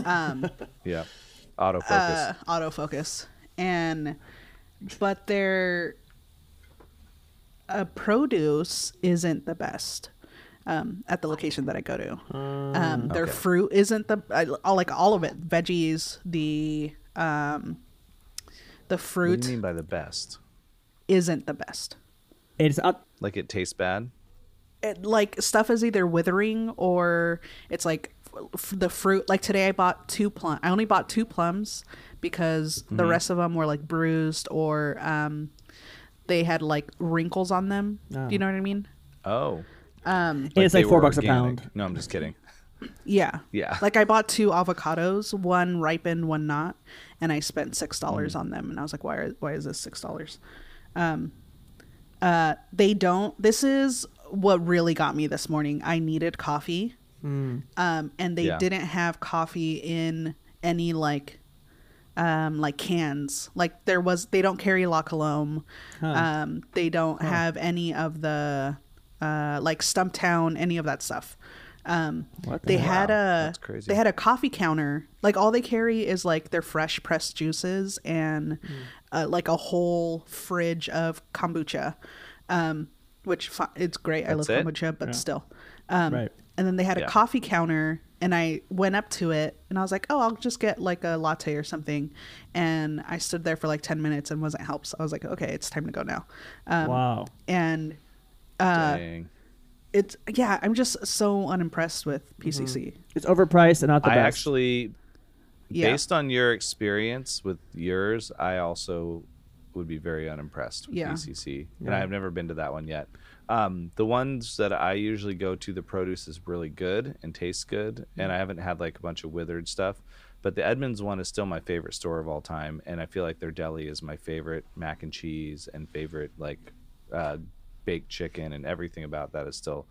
C: um,
B: yeah. Autofocus.
C: uh, autofocus, and but their uh, produce isn't the best. Um, at the location that I go to, um,
B: Uh,
C: their
B: Okay.
C: fruit isn't the I, all like all of it veggies the um, the
B: what
C: fruit
B: do you mean by the best?
C: isn't the best.
A: It's up.
B: Like it tastes bad?
C: It, like stuff is either withering or it's like f- the fruit. Like today, I bought two plum. I only bought two plums because the rest of them were like bruised or um, they had like wrinkles on them.
A: Oh.
C: Do you know what I mean?
B: Oh.
C: Um,
A: it's like
B: they
A: four
B: were
A: bucks a
B: organic.
A: pound.
B: No, I'm just kidding.
C: yeah,
B: Yeah.
C: Like I bought two avocados, one ripened, one not, and I spent six dollars
B: Mm-hmm.
C: on them. And I was like, why? Are, why is this six dollars? Um, uh, they don't. This is what really got me this morning. I needed coffee, um, and they
B: Mm. Yeah.
C: didn't have coffee in any like, um, like cans. Like there was, they don't carry La Colombe. Um, they don't have any of the, uh, like Stumptown, any of that stuff. Um,
A: What the
C: they
A: hell?
C: had a
B: That's crazy.
C: they had a coffee counter. Like all they carry is like their fresh pressed juices and
B: Hmm.
C: uh, like a whole fridge of kombucha, um, which fi- it's great. I love
B: That's it?
C: kombucha, but still. Um,
A: Right.
C: And then they had
B: Yeah.
C: a coffee counter, and I went up to it, and I was like, "Oh, I'll just get like a latte or something." And I stood there for like ten minutes and wasn't helped. So I was like, "Okay, it's time to go now." Um,
A: Wow.
C: And
A: Uh,
B: Dang.
C: it's yeah, I'm just so unimpressed
B: Mm-hmm.
C: with PCC.
A: It's overpriced and not the
B: I
A: best.
B: actually,
C: Yeah.
B: based on your experience with yours, I also would be very unimpressed with
C: Yeah.
B: PCC, and I've never been to that one yet. Um, the ones that I usually go to, the produce is really good and tastes good,
C: Mm-hmm.
B: and I haven't had like a bunch of withered stuff. But the Edmonds one is still my favorite store of all time, and I feel like their deli is my favorite mac and cheese and favorite like uh, baked chicken and everything about that is still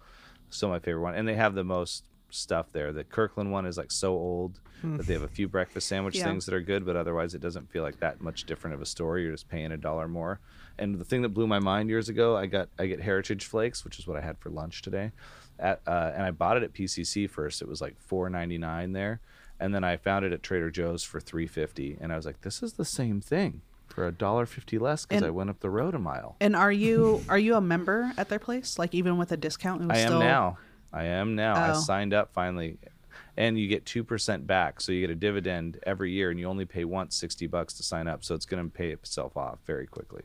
B: still my favorite one. And they have the most stuff there. The Kirkland one is like so old that they have a few breakfast sandwich
C: Hmm. Yeah.
B: things that are good, but otherwise it doesn't feel like that much different of a story. You're just paying a dollar more. And the thing that blew my mind years ago, I got I get Heritage Flakes, which is what I had for lunch today, at, uh, and I bought it at PCC first. It was like four ninety nine there, and then I found it at Trader Joe's for three fifty, and I was like, this is the same thing for a dollar fifty less because
C: And-
B: I went up the road a mile.
C: And are you are you a member at their place? Like even with a discount, it was
B: I am
C: still
B: now. I am now. I
C: Oh.
B: signed up finally. And you get 2% back. So you get a dividend every year and you only pay once 60 bucks to sign up. So it's going to pay itself off very quickly.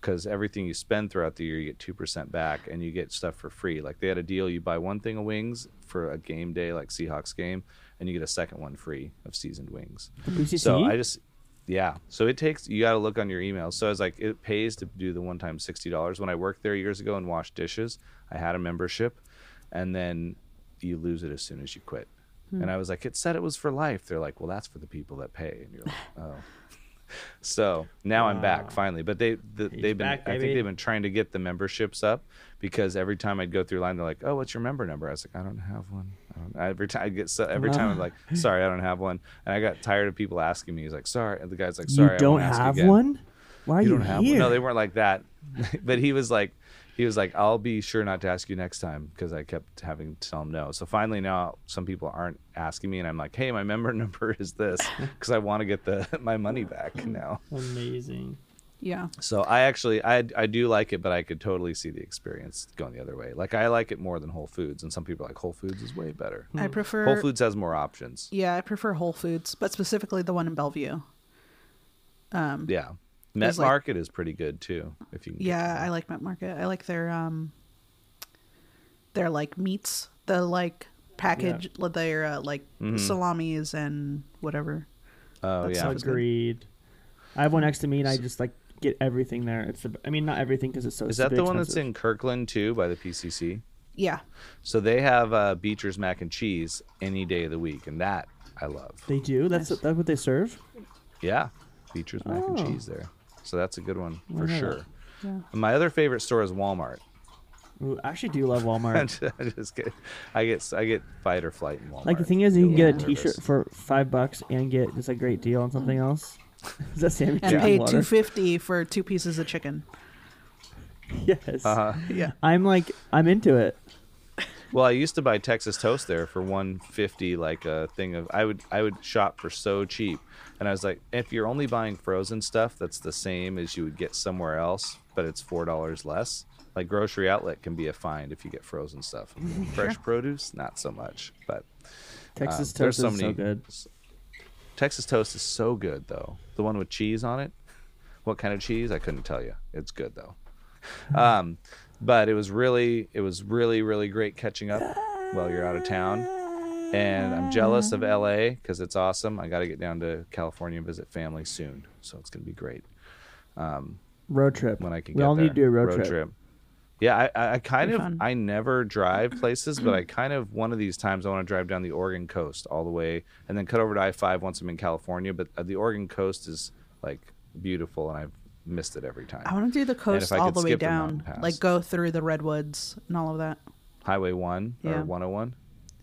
B: Cuz everything you spend throughout the year you get 2% back and you get stuff for free. Like they had a deal you buy one thing of wings for a game day like Seahawks game and you get a second one free of seasoned wings.
A: BCC?
B: So I just, yeah. So it takes, you got to look on your emails. So I was like, it pays to do the one time $60. When I worked there years ago and washed dishes, I had a membership and then you lose it as soon as you quit.
A: Hmm.
B: And I was like, it said it was for life. They're like, well, that's for the people that pay. And you're like, oh. So now I'm back finally, but they the, they've been
A: back,
B: I think
A: baby.
B: they've been trying to get the memberships up because every time I'd go through line, they're like, "Oh, what's your member number?" I was like, "I don't have one." I don't, every time I get so every time I'm like, "Sorry, I don't have one," and I got tired of people asking me. He's like, "Sorry," and the guy's like, "Sorry,
A: you
B: I
A: don't
B: won't ask
A: have
B: again."
A: one? Why are you,
B: You don't have
A: here?
B: one. No, they weren't like that, but he was like, he was like, "I'll be sure not to ask you next time," because I kept having to tell him no. So finally now, some people aren't asking me, and I'm like, "Hey, my member number is this," because I want to get the my money back now.
D: Amazing.
C: Yeah.
B: So I actually I I do like it, but I could totally see the experience going the other way. Like I like it more than Whole Foods, and some people are like Whole Foods is way better.
C: I prefer
B: Hmm. Whole Foods has more options.
C: Yeah, I prefer Whole Foods, but specifically the one in Bellevue.
B: Yeah, Met
C: There's, like-
B: Market is pretty good too. If you can get
C: Yeah, I like Met Market. I like their um their like meats, the like package, their uh, like
B: Mm-hmm.
C: salamis and whatever.
B: to- oh
C: that's
B: yeah,
C: not good.
A: Agreed. I have one next to me, and I just like get everything there. It's the, I mean, not everything because it's so.
B: is that the
A: stupid
B: one that's
A: expensive.
B: in Kirkland too by the PCC?
C: Yeah.
B: So they have uh, Beecher's mac and cheese any day of the week, and that I love.
A: They do. That's that's what they serve.
B: Yeah, Beecher's mac and
A: Oh.
B: cheese there. So that's a good one for
A: Yeah.
B: sure.
C: Yeah.
B: My other favorite store is Walmart.
A: Ooh, I actually do love Walmart.
B: I'm just, I just get, I get, I get fight or flight in Walmart.
A: Like the thing is, you can
B: Yeah.
A: get a T-shirt for five bucks and get just a great deal on something else. is that Sammy
C: And
A: drinking
C: pay
A: water?
C: 250 for two pieces of chicken.
A: Yes.
B: Uh-huh.
C: Yeah.
A: I'm like, I'm into it.
B: Well, I used to buy Texas toast there for one fifty, like a thing of. I would I would shop for so cheap, and I was like, if you're only buying frozen stuff, that's the same as you would get somewhere else, but it's four dollars less. Like grocery outlet can be a find if you get frozen stuff. Fresh produce, not so much. But
A: Texas
B: Uh, there's
A: toast
B: so
A: is so
B: many-
A: good.
B: Texas toast is so good though. The one with cheese on it. What kind of cheese? I couldn't tell you. It's good though. Um, but it was really, it was really, really great catching up while you're out of town. And I'm jealous of LA because it's awesome. I got to get down to California and visit family soon, so it's gonna be great
A: Road trip.
B: when I can.
A: we
B: get
A: all
B: there.
A: need to do a road, trip.
B: Yeah, I- I, I kind
C: Be
B: of
C: fun.
B: I never drive places, but I kind of one of these times I want to drive down the Oregon coast all the way and then cut over to I five once I'm in California. But uh, the Oregon coast is like beautiful, and I've missed it every time.
C: I want to do the coast
B: I
C: all
B: could
C: the way
B: skip the mountain
C: down,
B: pass.
C: like go through the redwoods and all of that.
B: Highway one
C: Yeah.
B: or 101.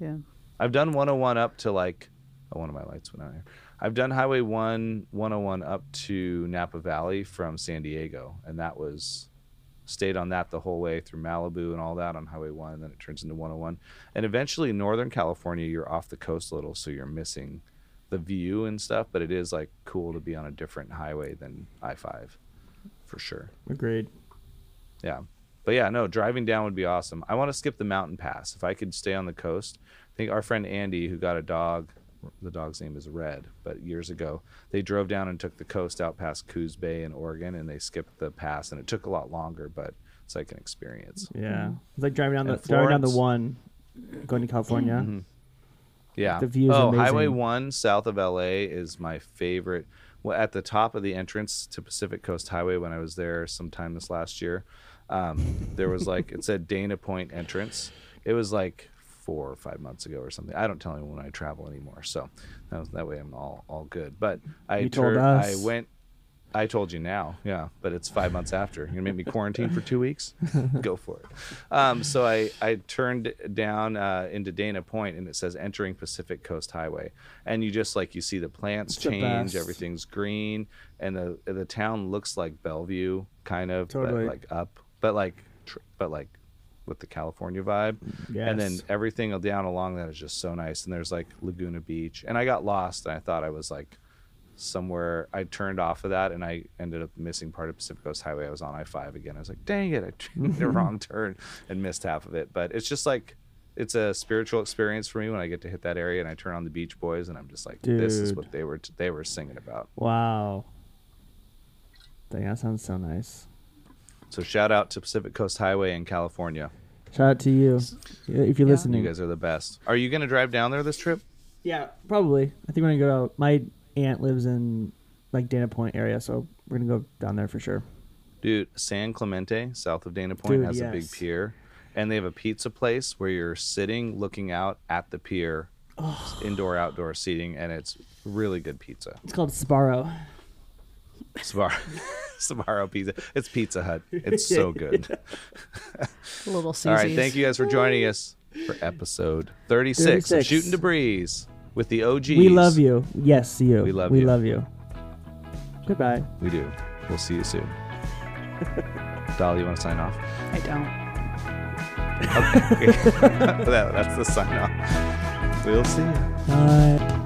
C: Yeah.
B: I've done 101 up to like, oh, one of my lights went out here. I've done Highway 1, 101 up to Napa Valley from San Diego, and that was stayed on that the whole way through Malibu and all that on Highway 1, and then it turns into 101. And eventually, Northern California, you're off the coast a little, so you're missing the view and stuff, but it is like cool to be on a different highway than I 5 for sure.
A: Agreed.
B: Yeah. But yeah, no, driving down would be awesome. I want to skip the mountain pass. If I could stay on the coast, I think our friend Andy, who got a dog, the dog's name is Red, but years ago, they drove down and took the coast out past Coos Bay in Oregon and they skipped the pass. And it took a lot longer, but it's like an experience.
C: Mm-hmm.
A: Yeah, it's like driving down the
B: And Mm-hmm.
A: driving down the one,
B: Florence.
A: going to California.
B: Yeah.
A: The view is
B: oh,
A: amazing.
B: Highway 1 south of LA is my favorite. Well, at the top of the entrance to Pacific Coast Highway when I was there sometime this last year, um, there was like, it said Dana Point entrance. It was like four or five months ago or something. I don't tell anyone when I travel anymore. So that, was, that way I'm all, all good. But I,
A: You told
B: tur-
A: us.
B: I went I told you now, yeah, but it's five months after. You're gonna make me quarantine for two weeks? Go for it. Um, so I, I turned down uh, into Dana Point, and it says entering Pacific Coast Highway, and you just like you see the plants
A: the
B: change,
A: best.
B: everything's green, and the the town looks like Bellevue, kind of,
A: Totally.
B: but like up, but like, tr- but like with the California vibe, and then
A: Yes.
B: everything down along that is just so nice. And there's like Laguna Beach, and I got lost, and I thought I was like somewhere I turned off of that and I ended up missing part of Pacific Coast Highway. I was on I five again. I was like, dang it, I made a wrong turn and missed half of it. But it's just like it's a spiritual experience for me when I get to hit that area and I turn on the Beach Boys and I'm just like, this is
A: Dude.
B: what they were t- they were singing about.
A: Wow. Dang, that sounds so nice.
B: So shout out to Pacific Coast Highway in California.
A: Shout out to you if you're
C: Yeah.
A: listening.
B: You guys are the best. Are you gonna drive down there this trip?
A: Yeah, probably. I think we're gonna go. My aunt lives in like Dana Point area, so we're gonna go down there for sure.
B: Dude, San Clemente, south of Dana Point,
A: Dude,
B: has a big
A: yes.
B: pier, and they have a pizza place where you're sitting, looking out at the pier, indoor outdoor seating, and it's really good pizza.
A: It's called Sparrow.
B: Sbar- Sbarro pizza. It's Pizza Hut. It's so good.
C: Little Susie's.
B: All right, thank you guys for joining us for episode 36, of
A: 36.
B: Shooting Debris with the OGs.
A: We love you. Yes, you.
B: We love
A: We
B: you.
A: love you. Goodbye.
B: We do. We'll see you soon. Dolly, you want to sign off?
C: I don't.
B: Okay. That- that's the sign off. We'll see you.
A: Bye.